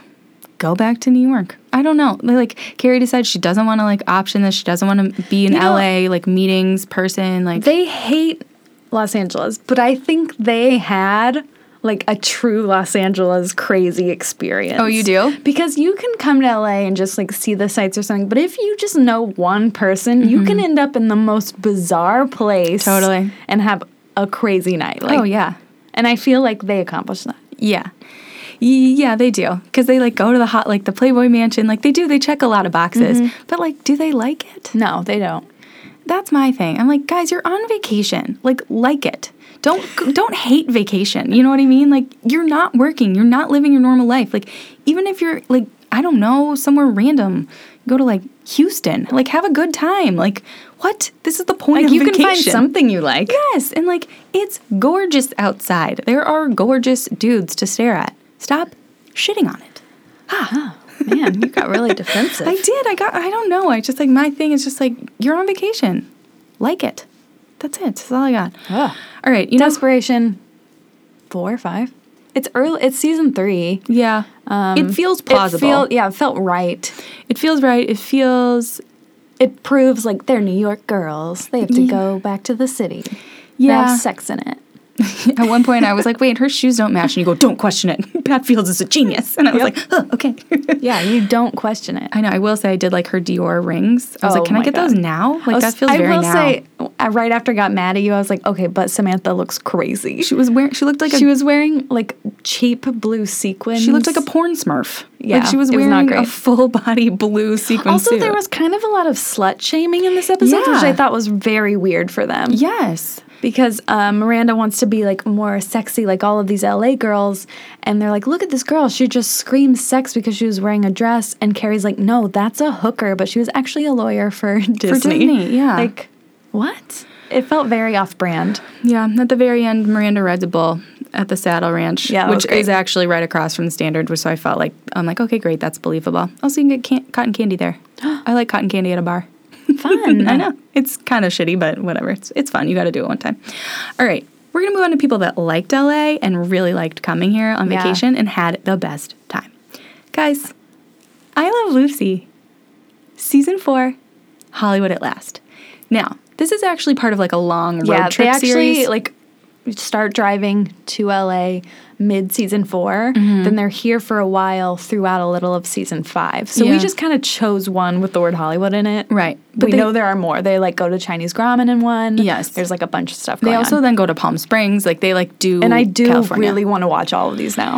[SPEAKER 2] go back to New York. I don't know. They, like Carrie decides she doesn't want to like option this. She doesn't want to be an
[SPEAKER 1] know-
[SPEAKER 2] LA like meetings person. Like
[SPEAKER 1] They hate Los Angeles, but I think they had like a true Los Angeles crazy experience.
[SPEAKER 2] Oh, you do?
[SPEAKER 1] Because you can come to LA and just like see the sights or something, but if you just know one person, you can end up in the most bizarre place.
[SPEAKER 2] Mm-hmm. Totally.
[SPEAKER 1] And have a crazy night. Like,
[SPEAKER 2] oh yeah,
[SPEAKER 1] And I feel like they accomplished that.
[SPEAKER 2] Yeah. Y- Yeah, they do. Because they like go to the hot, like the Playboy Mansion. Like they do, they check a lot of boxes.
[SPEAKER 1] Mm-hmm.
[SPEAKER 2] But like, do they like it?
[SPEAKER 1] No, they don't.
[SPEAKER 2] That's my thing. I'm like, guys, you're on vacation. Like, like it. Don't g- don't hate vacation. You know what I mean? Like, you're not working. You're not living your normal life. Like, even if you're like, I don't know, somewhere random, go to like Houston. Like, have a good time. Like, what? This is the point.
[SPEAKER 1] Like
[SPEAKER 2] of
[SPEAKER 1] you
[SPEAKER 2] vacation.
[SPEAKER 1] can find something you like.
[SPEAKER 2] Yes, and like it's gorgeous outside. There are gorgeous dudes to stare at. Stop shitting on it.
[SPEAKER 1] Man, you got really defensive.
[SPEAKER 2] I did. I got. I don't know. I just like my thing is just like you're on vacation. Like it. That's it. That's all I got.
[SPEAKER 1] Ugh.
[SPEAKER 2] All right. You know.
[SPEAKER 1] Desperation. Four or five. It's early. It's season three. Um,
[SPEAKER 2] Yeah. um, it feels plausible.
[SPEAKER 1] It feel, yeah, it felt right.
[SPEAKER 2] it feels right. It feels.
[SPEAKER 1] It proves like they're New York girls. They have to go back to the city. They
[SPEAKER 2] Yeah.
[SPEAKER 1] have sex in it.
[SPEAKER 2] At one point, I was like, "Wait, her shoes don't match," and you go, "Don't question it." Pat Fields is a genius, and I was like, "Huh, "Okay."
[SPEAKER 1] Yeah, you don't question it.
[SPEAKER 2] I know. I will say, I did like her Dior rings. I was
[SPEAKER 1] Oh
[SPEAKER 2] like, "Can I
[SPEAKER 1] my
[SPEAKER 2] get
[SPEAKER 1] God.
[SPEAKER 2] those now?" Like
[SPEAKER 1] I was-
[SPEAKER 2] that feels
[SPEAKER 1] I
[SPEAKER 2] very
[SPEAKER 1] will
[SPEAKER 2] now.
[SPEAKER 1] say, uh, right after I got mad at you, I was like, okay, but Samantha looks crazy.
[SPEAKER 2] she was wearing. She looked like a
[SPEAKER 1] She was wearing like cheap blue sequins.
[SPEAKER 2] She looked like a porn smurf.
[SPEAKER 1] Yeah,
[SPEAKER 2] like she was
[SPEAKER 1] it was
[SPEAKER 2] wearing
[SPEAKER 1] not
[SPEAKER 2] a
[SPEAKER 1] great.
[SPEAKER 2] full body blue sequin
[SPEAKER 1] Also,
[SPEAKER 2] suit.
[SPEAKER 1] there was kind of a lot of slut shaming in this episode, which
[SPEAKER 2] Yeah.
[SPEAKER 1] I thought was very weird for them.
[SPEAKER 2] yes,
[SPEAKER 1] Because um, Miranda wants to be like more sexy, like all of these LA girls, and they're like, "Look at this girl! She just screams sex because she was wearing a dress." And Carrie's like, "No, that's a hooker," but she was actually a lawyer for Disney.
[SPEAKER 2] Disney, yeah.
[SPEAKER 1] Like, what? It felt very off-brand.
[SPEAKER 2] yeah. At the very end, Miranda rides a bull at the Saddle Ranch,
[SPEAKER 1] Yeah, that was
[SPEAKER 2] which
[SPEAKER 1] great.
[SPEAKER 2] is actually right across from the Standard. which- So I felt like I'm like, okay, great, that's believable. Also, you can get can- cotton candy there. I like cotton candy at a bar.
[SPEAKER 1] Fun.
[SPEAKER 2] I know it's kind of shitty, but whatever. It's it's fun. You got to do it one time. All right, we're gonna move on to people that liked LA and really liked coming here on
[SPEAKER 1] Yeah.
[SPEAKER 2] vacation and had the best time. Guys, I Love Lucy, season four, Hollywood at last. Now, this is actually part of like a long road
[SPEAKER 1] Yeah,
[SPEAKER 2] trip
[SPEAKER 1] they actually
[SPEAKER 2] series.
[SPEAKER 1] like start driving to LA mid season 4
[SPEAKER 2] Mm-hmm.
[SPEAKER 1] then they're here for a while throughout a little of season five. So we
[SPEAKER 2] Yeah.
[SPEAKER 1] just kind of chose one with the word Hollywood in it.
[SPEAKER 2] Right.
[SPEAKER 1] But
[SPEAKER 2] But
[SPEAKER 1] we
[SPEAKER 2] they-
[SPEAKER 1] know there are more. They like go to Chinese Grommen in one.
[SPEAKER 2] Yes.
[SPEAKER 1] There's like a bunch of stuff
[SPEAKER 2] They
[SPEAKER 1] going
[SPEAKER 2] also
[SPEAKER 1] on.
[SPEAKER 2] then go to Palm Springs. Like they like do
[SPEAKER 1] and I do
[SPEAKER 2] California.
[SPEAKER 1] really want to watch all of these now.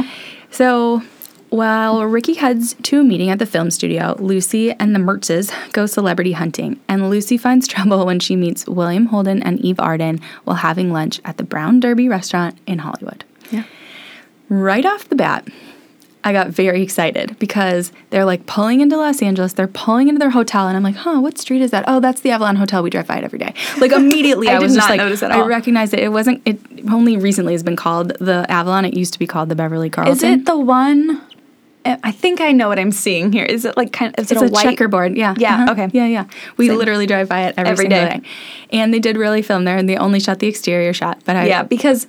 [SPEAKER 2] So while Ricky heads to a meeting at the film studio, Lucy and the Mertzes go celebrity hunting, and Lucy finds trouble when she meets William Holden and Eve Arden while having lunch at the Brown Derby restaurant in Hollywood.
[SPEAKER 1] Yeah.
[SPEAKER 2] Right off the bat, I got very excited because they're like pulling into Los Angeles, they're pulling into their hotel, and I'm like, huh, what street is that? Oh, that's the Avalon Hotel. We drive by it every day. Like immediately,
[SPEAKER 1] I
[SPEAKER 2] I,
[SPEAKER 1] did
[SPEAKER 2] was just
[SPEAKER 1] not
[SPEAKER 2] like,
[SPEAKER 1] notice at
[SPEAKER 2] I
[SPEAKER 1] all.
[SPEAKER 2] recognized it. It wasn't. It only recently has been called the Avalon. It used to be called the Beverly Carlton.
[SPEAKER 1] Is it the one? I I think I know what I'm seeing here. Is it like kind of? Is
[SPEAKER 2] It's
[SPEAKER 1] it a,
[SPEAKER 2] a,
[SPEAKER 1] white,
[SPEAKER 2] checkerboard. Yeah.
[SPEAKER 1] Yeah,
[SPEAKER 2] Uh-huh.
[SPEAKER 1] okay.
[SPEAKER 2] Yeah. Yeah. We literally drive by it every,
[SPEAKER 1] Every
[SPEAKER 2] single
[SPEAKER 1] day.
[SPEAKER 2] day. And they did really film there, and they only shot the exterior shot. But I
[SPEAKER 1] Yeah, because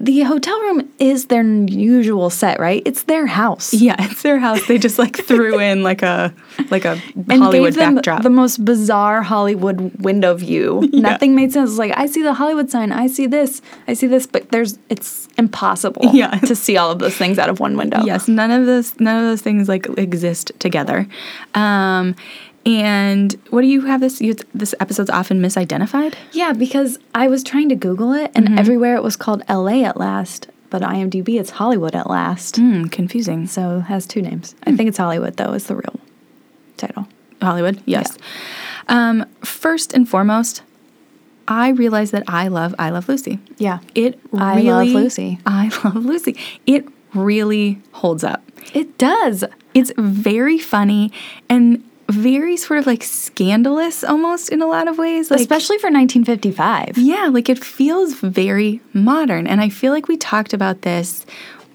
[SPEAKER 1] the hotel room is their usual set, right? It's their house.
[SPEAKER 2] yeah, it's their house. They just like threw in like a like a
[SPEAKER 1] And
[SPEAKER 2] Hollywood
[SPEAKER 1] gave them
[SPEAKER 2] backdrop.
[SPEAKER 1] the most bizarre Hollywood window view. Nothing made sense. It's like I see the Hollywood sign, I see this, I see this, but there's it's impossible
[SPEAKER 2] Yeah.
[SPEAKER 1] to see all of those things out of one window.
[SPEAKER 2] Yes, none of those none of those things like exist together. Um, and what do you have this? You, this episode's often misidentified.
[SPEAKER 1] Yeah, because I was trying to Google it and everywhere it was called LA at last, but IMDb it's Hollywood at last.
[SPEAKER 2] Hmm, confusing.
[SPEAKER 1] So it has two names. I think it's Hollywood though is the real title.
[SPEAKER 2] Hollywood. Yes. Um, first and foremost, I realized that I love I Love Lucy.
[SPEAKER 1] Yeah.
[SPEAKER 2] It
[SPEAKER 1] I
[SPEAKER 2] really,
[SPEAKER 1] Love Lucy.
[SPEAKER 2] I love Lucy. It really holds up.
[SPEAKER 1] It does.
[SPEAKER 2] It's very funny and very sort of like scandalous almost in a lot of ways. Like,
[SPEAKER 1] Especially for 1955.
[SPEAKER 2] yeah, like it feels very modern. And I feel like we talked about this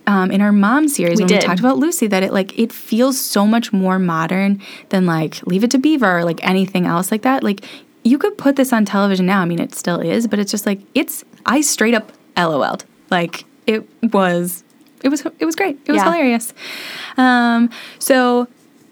[SPEAKER 2] um, in our mom series
[SPEAKER 1] We
[SPEAKER 2] when
[SPEAKER 1] did.
[SPEAKER 2] we talked about Lucy that it like it feels so much more modern than like Leave It to Beaver or like anything else like that. Like you could put this on television now. I mean, it still is, but it's just like it's I straight up LOL'd. Like it was it was it was great. It was
[SPEAKER 1] Yeah.
[SPEAKER 2] hilarious. Um, so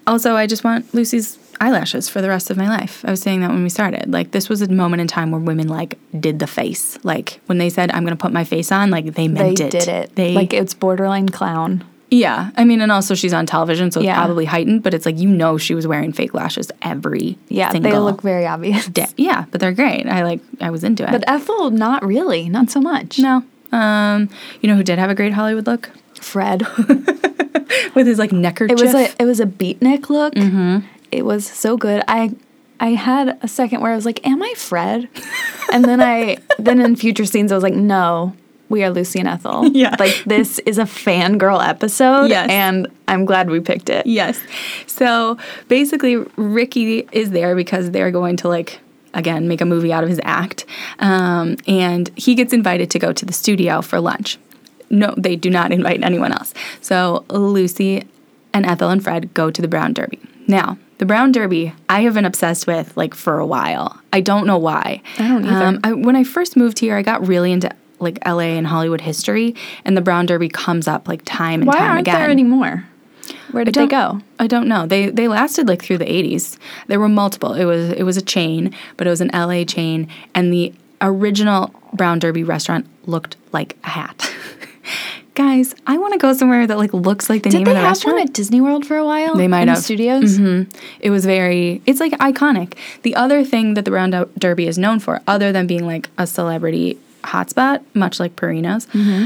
[SPEAKER 2] also I just want Lucy's eyelashes for the rest of my life. I was saying that when we started. Like this was a moment in time where women like did the face. Like when they said I'm going to put my face on, like they
[SPEAKER 1] They
[SPEAKER 2] meant
[SPEAKER 1] did
[SPEAKER 2] it.
[SPEAKER 1] it.
[SPEAKER 2] They
[SPEAKER 1] like it's borderline clown.
[SPEAKER 2] yeah, I mean, and also she's on television, so
[SPEAKER 1] Yeah.
[SPEAKER 2] it's probably heightened. But it's like you know she was wearing fake lashes every
[SPEAKER 1] Yeah,
[SPEAKER 2] single
[SPEAKER 1] they look very obvious.
[SPEAKER 2] day. Yeah, but they're great. I like I was into it.
[SPEAKER 1] But Ethel, not really, not so much.
[SPEAKER 2] no, um, you know who did have a great Hollywood look
[SPEAKER 1] Fred.
[SPEAKER 2] with his like neckerchief.
[SPEAKER 1] It was a it was a beatnik look.
[SPEAKER 2] Mm-hmm.
[SPEAKER 1] It was so good. I I had a second where I was like, "Am I Fred?" And then I then in future scenes I was like, "No, we are Lucy and Ethel."
[SPEAKER 2] Yeah.
[SPEAKER 1] like this is a fangirl episode,
[SPEAKER 2] Yes.
[SPEAKER 1] and I'm glad we picked it.
[SPEAKER 2] yes. So basically, Ricky is there because they're going to like again make a movie out of his act, um, and he gets invited to go to the studio for lunch. No, they do not invite anyone else. So Lucy and Ethel and Fred go to the Brown Derby. Now, the Brown Derby, I have been obsessed with like for a while. I don't know why.
[SPEAKER 1] I don't either.
[SPEAKER 2] Um, I, when I first moved here, I got really into like LA and Hollywood history, and the Brown Derby comes up like time and
[SPEAKER 1] Why
[SPEAKER 2] time
[SPEAKER 1] aren't
[SPEAKER 2] again.
[SPEAKER 1] there any more? Where did they
[SPEAKER 2] don't-
[SPEAKER 1] go?
[SPEAKER 2] I don't know. They they lasted like through the eighties. There were multiple. It was it was a chain, but it was an LA chain, and the original Brown Derby restaurant looked like a hat. Guys, I want to go somewhere that like looks like the name
[SPEAKER 1] Did they
[SPEAKER 2] of the
[SPEAKER 1] have
[SPEAKER 2] restaurant.
[SPEAKER 1] one at Disney World for a while?
[SPEAKER 2] They might
[SPEAKER 1] in the
[SPEAKER 2] have. Mm-hmm.
[SPEAKER 1] studios.
[SPEAKER 2] It was very, it's like iconic. The other thing that the Brown Der- Derby is known for, other than being like a celebrity hotspot, much like Perino's,
[SPEAKER 1] Mm-hmm.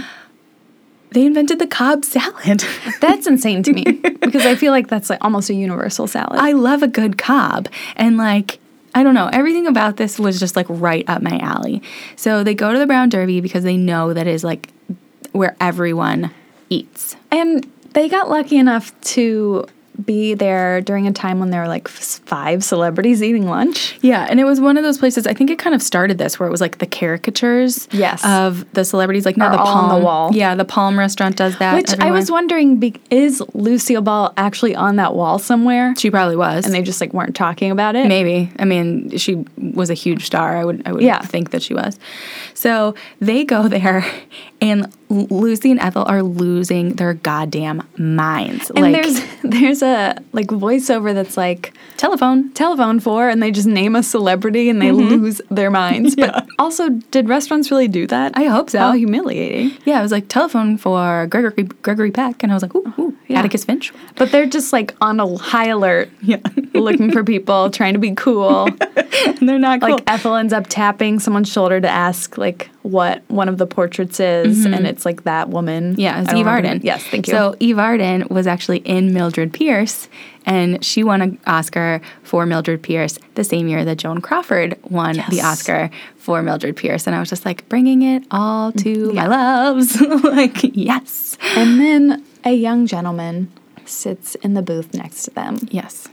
[SPEAKER 2] they invented the Cobb salad.
[SPEAKER 1] That's insane to me because I feel like that's like almost a universal salad.
[SPEAKER 2] I love a good Cobb. And like, I don't know, everything about this was just like right up my alley. So they go to the Brown Derby because they know that is like where everyone eats.
[SPEAKER 1] And they got lucky enough to be there during a time when there were like f- five celebrities eating lunch.
[SPEAKER 2] Yeah, and it was one of those places. I think it kind of started this where it was like the caricatures,
[SPEAKER 1] Yes.
[SPEAKER 2] of the celebrities. Like now
[SPEAKER 1] Are
[SPEAKER 2] the
[SPEAKER 1] all on
[SPEAKER 2] Palm
[SPEAKER 1] the wall.
[SPEAKER 2] Yeah, the Palm restaurant does that.
[SPEAKER 1] Which I
[SPEAKER 2] everywhere.
[SPEAKER 1] was wondering be- is Lucille Ball actually on that wall somewhere?
[SPEAKER 2] she probably was.
[SPEAKER 1] And they just like weren't talking about it.
[SPEAKER 2] Maybe. I mean, she was a huge star. I would I would
[SPEAKER 1] Yeah.
[SPEAKER 2] think that she was. So they go there and L- Lucy and Ethel are losing their goddamn minds.
[SPEAKER 1] And there's there's a like voiceover that's like
[SPEAKER 2] Telephone. Mm-hmm.
[SPEAKER 1] telephone for and they just name a celebrity and they lose their minds. But also did restaurants really do that?
[SPEAKER 2] I hope so.
[SPEAKER 1] How humiliating.
[SPEAKER 2] Yeah, it was like telephone for Gregory Gregory Peck, and I was like, ooh, ooh
[SPEAKER 1] Yeah.
[SPEAKER 2] Atticus Finch.
[SPEAKER 1] But they're just like on a high alert.
[SPEAKER 2] Yeah.
[SPEAKER 1] looking for people, trying to be cool.
[SPEAKER 2] They're not cool.
[SPEAKER 1] Like Ethel ends up tapping someone's shoulder to ask like what one of the portraits is, and it's like that woman.
[SPEAKER 2] Mm-hmm. Yeah, it
[SPEAKER 1] I
[SPEAKER 2] was
[SPEAKER 1] don't
[SPEAKER 2] Eve
[SPEAKER 1] remember-
[SPEAKER 2] Arden.
[SPEAKER 1] Yes, thank you.
[SPEAKER 2] So Eve Arden was actually in Mildred Pierce, and she won an Oscar for Mildred Pierce the same year that Joan Crawford won the
[SPEAKER 1] Yes.
[SPEAKER 2] Oscar for Mildred Pierce. And I was just like, bringing it all
[SPEAKER 1] Mm,
[SPEAKER 2] to my loves. like, yes.
[SPEAKER 1] and then a young gentleman sits in the booth next to them.
[SPEAKER 2] Yes.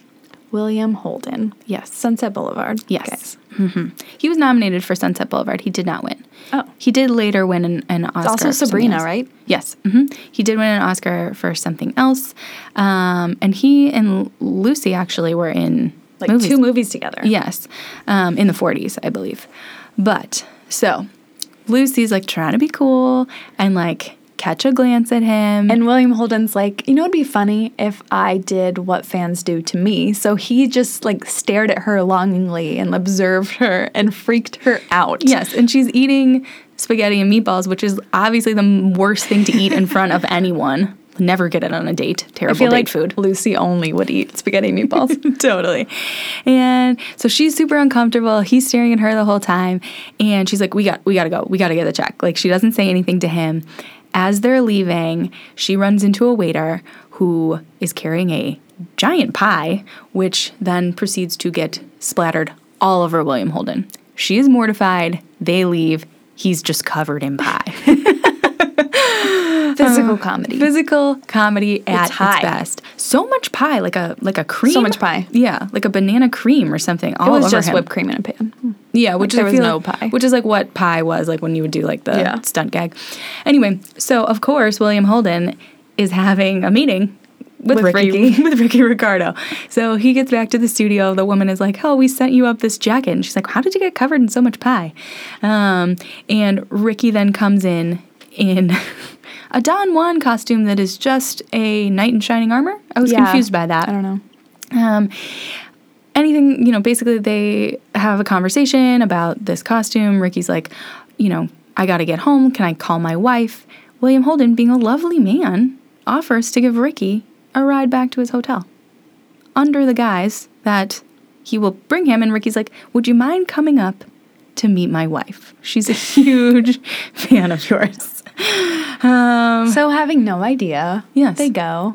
[SPEAKER 1] William Holden.
[SPEAKER 2] Yes.
[SPEAKER 1] Sunset Boulevard.
[SPEAKER 2] Yes. hmm He was nominated for Sunset Boulevard. He did not win.
[SPEAKER 1] Oh.
[SPEAKER 2] He did later win an, an Oscar.
[SPEAKER 1] also
[SPEAKER 2] for something
[SPEAKER 1] Sabrina,
[SPEAKER 2] else.
[SPEAKER 1] right?
[SPEAKER 2] Yes. hmm He did win an Oscar for something else. Um, and he and Lucy actually were in
[SPEAKER 1] Like
[SPEAKER 2] movies.
[SPEAKER 1] two movies together.
[SPEAKER 2] Yes, um, in the 40s, I believe. But so Lucy's like trying to be cool and like catch a glance at him.
[SPEAKER 1] And William Holden's like, you know, it'd be funny if I did what fans do to me. So he just like stared at her longingly and observed her and freaked her out.
[SPEAKER 2] yes, and she's eating spaghetti and meatballs, which is obviously the m- worst thing to eat in front of anyone. Never get it on a date.
[SPEAKER 1] I
[SPEAKER 2] Terrible
[SPEAKER 1] feel
[SPEAKER 2] date
[SPEAKER 1] like
[SPEAKER 2] food.
[SPEAKER 1] Lucy only would eat spaghetti and meatballs.
[SPEAKER 2] totally. And so she's super uncomfortable. He's staring at her the whole time. And she's like, We got we gotta go. We gotta get the check. Like she doesn't say anything to him. As they're leaving, she runs into a waiter who is carrying a giant pie, which then proceeds to get splattered all over William Holden. She is mortified. They leave. He's just covered in pie.
[SPEAKER 1] Physical comedy.
[SPEAKER 2] Physical comedy at its,
[SPEAKER 1] high.
[SPEAKER 2] best. So much pie, like a like a cream.
[SPEAKER 1] much pie.
[SPEAKER 2] Yeah, like a banana cream or something. All
[SPEAKER 1] it was
[SPEAKER 2] over
[SPEAKER 1] just
[SPEAKER 2] him.
[SPEAKER 1] whipped cream in a pan.
[SPEAKER 2] Yeah, which is
[SPEAKER 1] there
[SPEAKER 2] I
[SPEAKER 1] was
[SPEAKER 2] feel
[SPEAKER 1] no
[SPEAKER 2] like-
[SPEAKER 1] pie.
[SPEAKER 2] which is like what pie was like when you would do like the
[SPEAKER 1] Yeah.
[SPEAKER 2] stunt gag. Anyway, so of course William Holden is having a meeting. With,
[SPEAKER 1] With
[SPEAKER 2] Ricky,
[SPEAKER 1] Ricky.
[SPEAKER 2] with Ricky Ricardo. So he gets back to the studio. The woman is like, "Oh, we sent you up this jacket." And she's like, "How did you get covered in so much pie?" Um, and Ricky then comes in in a Don Juan costume that is just a knight in shining armor. I was
[SPEAKER 1] Yeah.
[SPEAKER 2] confused by that
[SPEAKER 1] I don't know.
[SPEAKER 2] um, anything, you know, basically they have a conversation about this costume. Ricky's like, you know, I got to get home. Can I call my wife? William Holden, being a lovely man, offers to give Ricky a ride back to his hotel under the guise that he will bring him. And Ricky's like, would you mind coming up to meet my wife? She's a huge fan of yours. Um,
[SPEAKER 1] So having no idea,
[SPEAKER 2] Yes. Mm-hmm.
[SPEAKER 1] they go.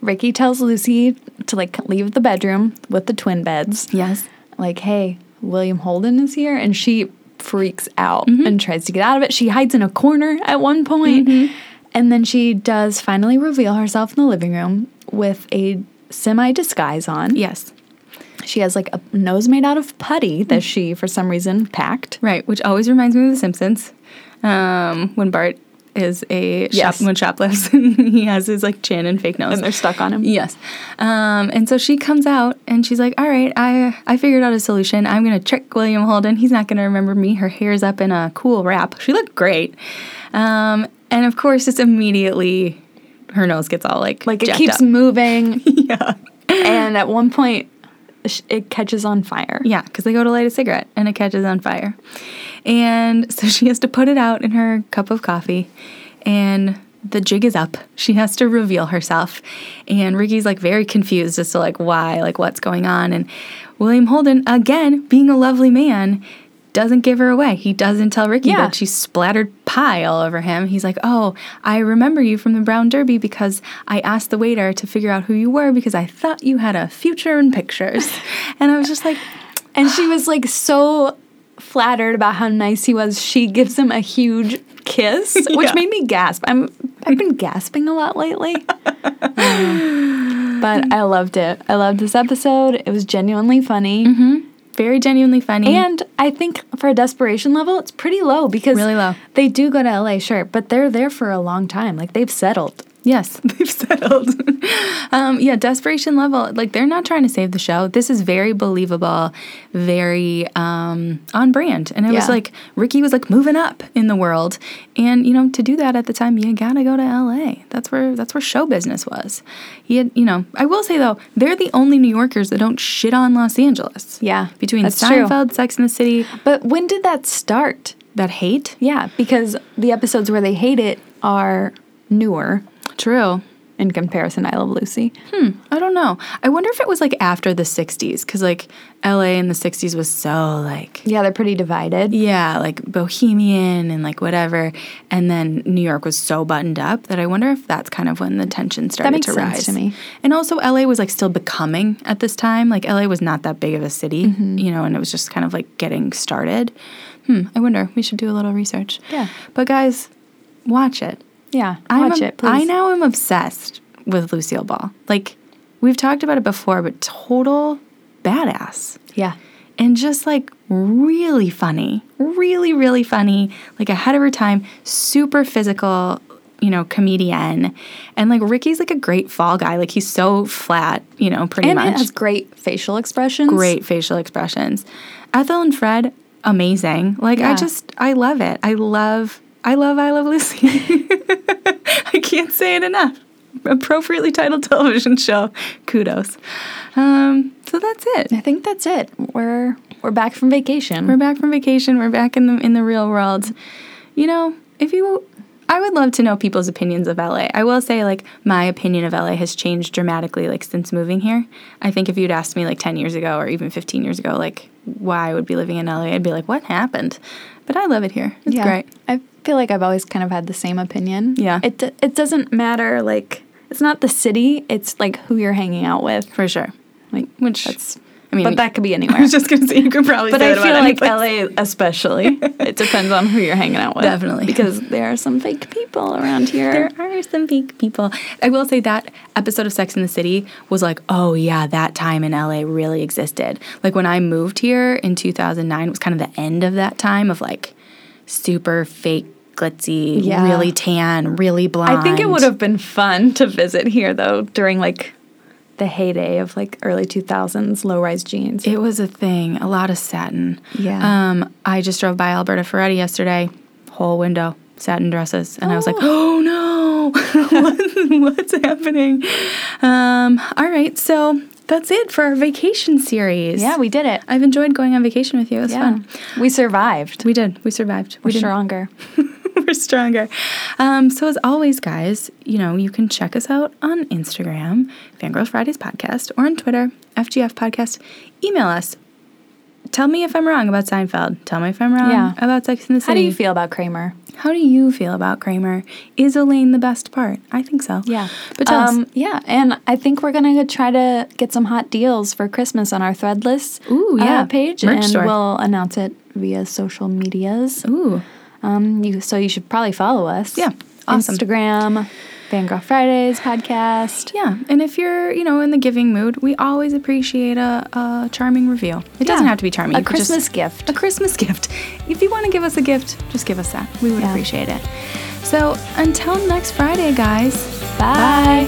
[SPEAKER 1] Ricky tells Lucy to like leave the bedroom with the twin beds.
[SPEAKER 2] yes.
[SPEAKER 1] like, hey, William Holden is here. And she freaks out
[SPEAKER 2] Mm-hmm.
[SPEAKER 1] and tries to get out of it. She hides in a corner at one point,
[SPEAKER 2] Mm-hmm.
[SPEAKER 1] And then she does finally reveal herself in the living room with a semi disguise on.
[SPEAKER 2] Yes.
[SPEAKER 1] She has like a nose made out of putty that she, for some reason, packed.
[SPEAKER 2] Right, which always reminds me of The Simpsons. Um, when Bart is a
[SPEAKER 1] Yes.
[SPEAKER 2] shop when shoplifts and he has his like chin and fake nose.
[SPEAKER 1] And they're stuck on him.
[SPEAKER 2] Yes. Um, and so she comes out and she's like, All right, I I figured out a solution. I'm gonna trick William Holden. He's not gonna remember me. Her hair's up in a cool wrap. She looked great. Um, and of course just immediately her nose gets all like
[SPEAKER 1] Like it
[SPEAKER 2] jacked
[SPEAKER 1] keeps
[SPEAKER 2] up.
[SPEAKER 1] moving. yeah. And at one point, sh- it catches on fire.
[SPEAKER 2] Yeah, because they go to light a cigarette and it catches on fire. And so she has to put it out in her cup of coffee. And the jig is up. She has to reveal herself. And Ricky's like very confused as to like why, like what's going on. And William Holden, again, being a lovely man, doesn't give her away. He doesn't tell Ricky
[SPEAKER 1] Yeah.
[SPEAKER 2] that she splattered pie all over him. He's like, Oh, I remember you from the Brown Derby because I asked the waiter to figure out who you were because I thought you had a future in pictures. and I was just like,
[SPEAKER 1] And she was like so flattered about how nice he was. She gives him a huge kiss, which
[SPEAKER 2] Yeah.
[SPEAKER 1] made me gasp. I'm I've been gasping a lot lately. Um, but I loved it. I loved this episode. It was genuinely funny.
[SPEAKER 2] very genuinely funny.
[SPEAKER 1] And I think for a desperation level, it's pretty low because
[SPEAKER 2] Really low.
[SPEAKER 1] They do go to LA, sure, but they're there for a long time. Like they've settled.
[SPEAKER 2] Yes, they've settled. um, yeah, desperation level. Like they're not trying to save the show. This is very believable, very um, on brand. And it was
[SPEAKER 1] Yeah.
[SPEAKER 2] like Ricky was like moving up in the world, and you know to do that at the time you gotta go to L.A. That's where that's where show business was. He had you know I will say though they're the only New Yorkers that don't shit on Los Angeles.
[SPEAKER 1] Yeah,
[SPEAKER 2] between
[SPEAKER 1] that's true.
[SPEAKER 2] Seinfeld, Sex and the City,
[SPEAKER 1] But when did that start?
[SPEAKER 2] that hate.
[SPEAKER 1] Yeah, because the episodes where they hate it are newer
[SPEAKER 2] True.
[SPEAKER 1] in comparison. I Love Lucy.
[SPEAKER 2] I don't know. I wonder if it was like after the 60s cuz like LA in the 60s was so like
[SPEAKER 1] Yeah, they're pretty divided.
[SPEAKER 2] yeah, like bohemian and like whatever. And then New York was so buttoned up that I wonder if that's kind of when the tension started
[SPEAKER 1] makes
[SPEAKER 2] to
[SPEAKER 1] sense
[SPEAKER 2] rise.
[SPEAKER 1] to me.
[SPEAKER 2] And also LA was like still becoming at this time. Like LA was not that big of a city,
[SPEAKER 1] Mm-hmm.
[SPEAKER 2] you know, and it was just kind of like getting started. Hmm, I wonder. We should do a little research.
[SPEAKER 1] Yeah.
[SPEAKER 2] But guys, watch it.
[SPEAKER 1] Yeah,
[SPEAKER 2] I'm
[SPEAKER 1] watch
[SPEAKER 2] ob-
[SPEAKER 1] it, please.
[SPEAKER 2] I now am obsessed with Lucille Ball. Like, we've talked about it before, but total badass.
[SPEAKER 1] Yeah,
[SPEAKER 2] And just like really funny, really, really funny, like ahead of her time, super physical, you know, comedian. And like Ricky's like a great fall guy. Like he's so flat, you know, pretty
[SPEAKER 1] and
[SPEAKER 2] much.
[SPEAKER 1] it has great facial expressions.
[SPEAKER 2] great facial expressions. Ethel and Fred, amazing. Like I
[SPEAKER 1] Yeah.
[SPEAKER 2] just I love it. I love I love I love Lucy. I can't say it enough. Appropriately titled television show. Kudos. Um, so that's it.
[SPEAKER 1] I think that's it. We're we're back from vacation.
[SPEAKER 2] We're back from vacation. We're back in the in the real world. You know, if you I would love to know people's opinions of LA. I will say like my opinion of LA has changed dramatically like since moving here. I think if you'd asked me like 10 years ago or even 15 years ago like why I would be living in LA, I'd be like what happened? But I love it here. It's great.
[SPEAKER 1] I feel like I've always kind of had the same opinion.
[SPEAKER 2] Yeah.
[SPEAKER 1] It d- it doesn't matter like it's not the city, it's like who you're hanging out with.
[SPEAKER 2] For sure.
[SPEAKER 1] Like
[SPEAKER 2] Which
[SPEAKER 1] that's
[SPEAKER 2] I mean
[SPEAKER 1] but that could be
[SPEAKER 2] I
[SPEAKER 1] anywhere.
[SPEAKER 2] was just going to say you could probably
[SPEAKER 1] But
[SPEAKER 2] say
[SPEAKER 1] I
[SPEAKER 2] it about
[SPEAKER 1] feel
[SPEAKER 2] any
[SPEAKER 1] like
[SPEAKER 2] place.
[SPEAKER 1] LA especially. it depends on who you're hanging out with.
[SPEAKER 2] Definitely.
[SPEAKER 1] Because there are some fake people around here.
[SPEAKER 2] There are some fake people. I will say that episode of Sex in the City was like, oh yeah, that time in LA really existed. Like when I moved here in 2009 it was kind of the end of that time of like super fake glitzy,
[SPEAKER 1] Yeah.
[SPEAKER 2] really tan, really blonde.
[SPEAKER 1] I think it would have been fun to visit here though during like the heyday of like early 2000s low-rise jeans.
[SPEAKER 2] It was a thing. A lot of satin.
[SPEAKER 1] Yeah.
[SPEAKER 2] Um, I just drove by Alberta Ferretti yesterday. Whole window satin dresses, and I was like, oh no, what, what's happening? Um, all right, so that's it for our vacation series.
[SPEAKER 1] yeah, we did it.
[SPEAKER 2] I've enjoyed going on vacation with you. It was
[SPEAKER 1] yeah.
[SPEAKER 2] fun.
[SPEAKER 1] We survived.
[SPEAKER 2] We did. We survived.
[SPEAKER 1] We're
[SPEAKER 2] we did
[SPEAKER 1] stronger.
[SPEAKER 2] we're stronger. Um, so as always, guys, you know you can check us out on Instagram, Fangirl Fridays Podcast, or on Twitter, FGF Podcast. Email us. Tell me if I'm wrong about Seinfeld. Tell me if I'm wrong
[SPEAKER 1] Yeah.
[SPEAKER 2] about Sex in the City.
[SPEAKER 1] How do you feel about Kramer?
[SPEAKER 2] How do you feel about Kramer? Is Elaine the best part? I think so.
[SPEAKER 1] Yeah. Um,
[SPEAKER 2] But tell us.
[SPEAKER 1] Yeah. And I think we're going to try to get some hot deals for Christmas on our thread list
[SPEAKER 2] Ooh, yeah.
[SPEAKER 1] page.
[SPEAKER 2] Merch
[SPEAKER 1] and
[SPEAKER 2] store.
[SPEAKER 1] we'll announce it via social medias.
[SPEAKER 2] Ooh.
[SPEAKER 1] Um, you, so you should probably follow us.
[SPEAKER 2] Yeah. Awesome.
[SPEAKER 1] Instagram, Fangirl Fridays podcast.
[SPEAKER 2] Yeah, and if you're, you know, in the giving mood, we always appreciate a, a charming review. It doesn't
[SPEAKER 1] Yeah.
[SPEAKER 2] have to be charming.
[SPEAKER 1] A
[SPEAKER 2] You could just-
[SPEAKER 1] Christmas gift.
[SPEAKER 2] A Christmas gift. If you want to give us a gift, just give us that. We would
[SPEAKER 1] Yeah.
[SPEAKER 2] appreciate it. So until next Friday, guys.
[SPEAKER 1] Bye.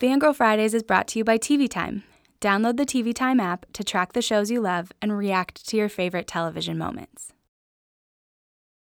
[SPEAKER 2] Fangirl Fridays is brought to you by TV Time. Download the TV Time app to track the shows you love and react to your favorite television moments.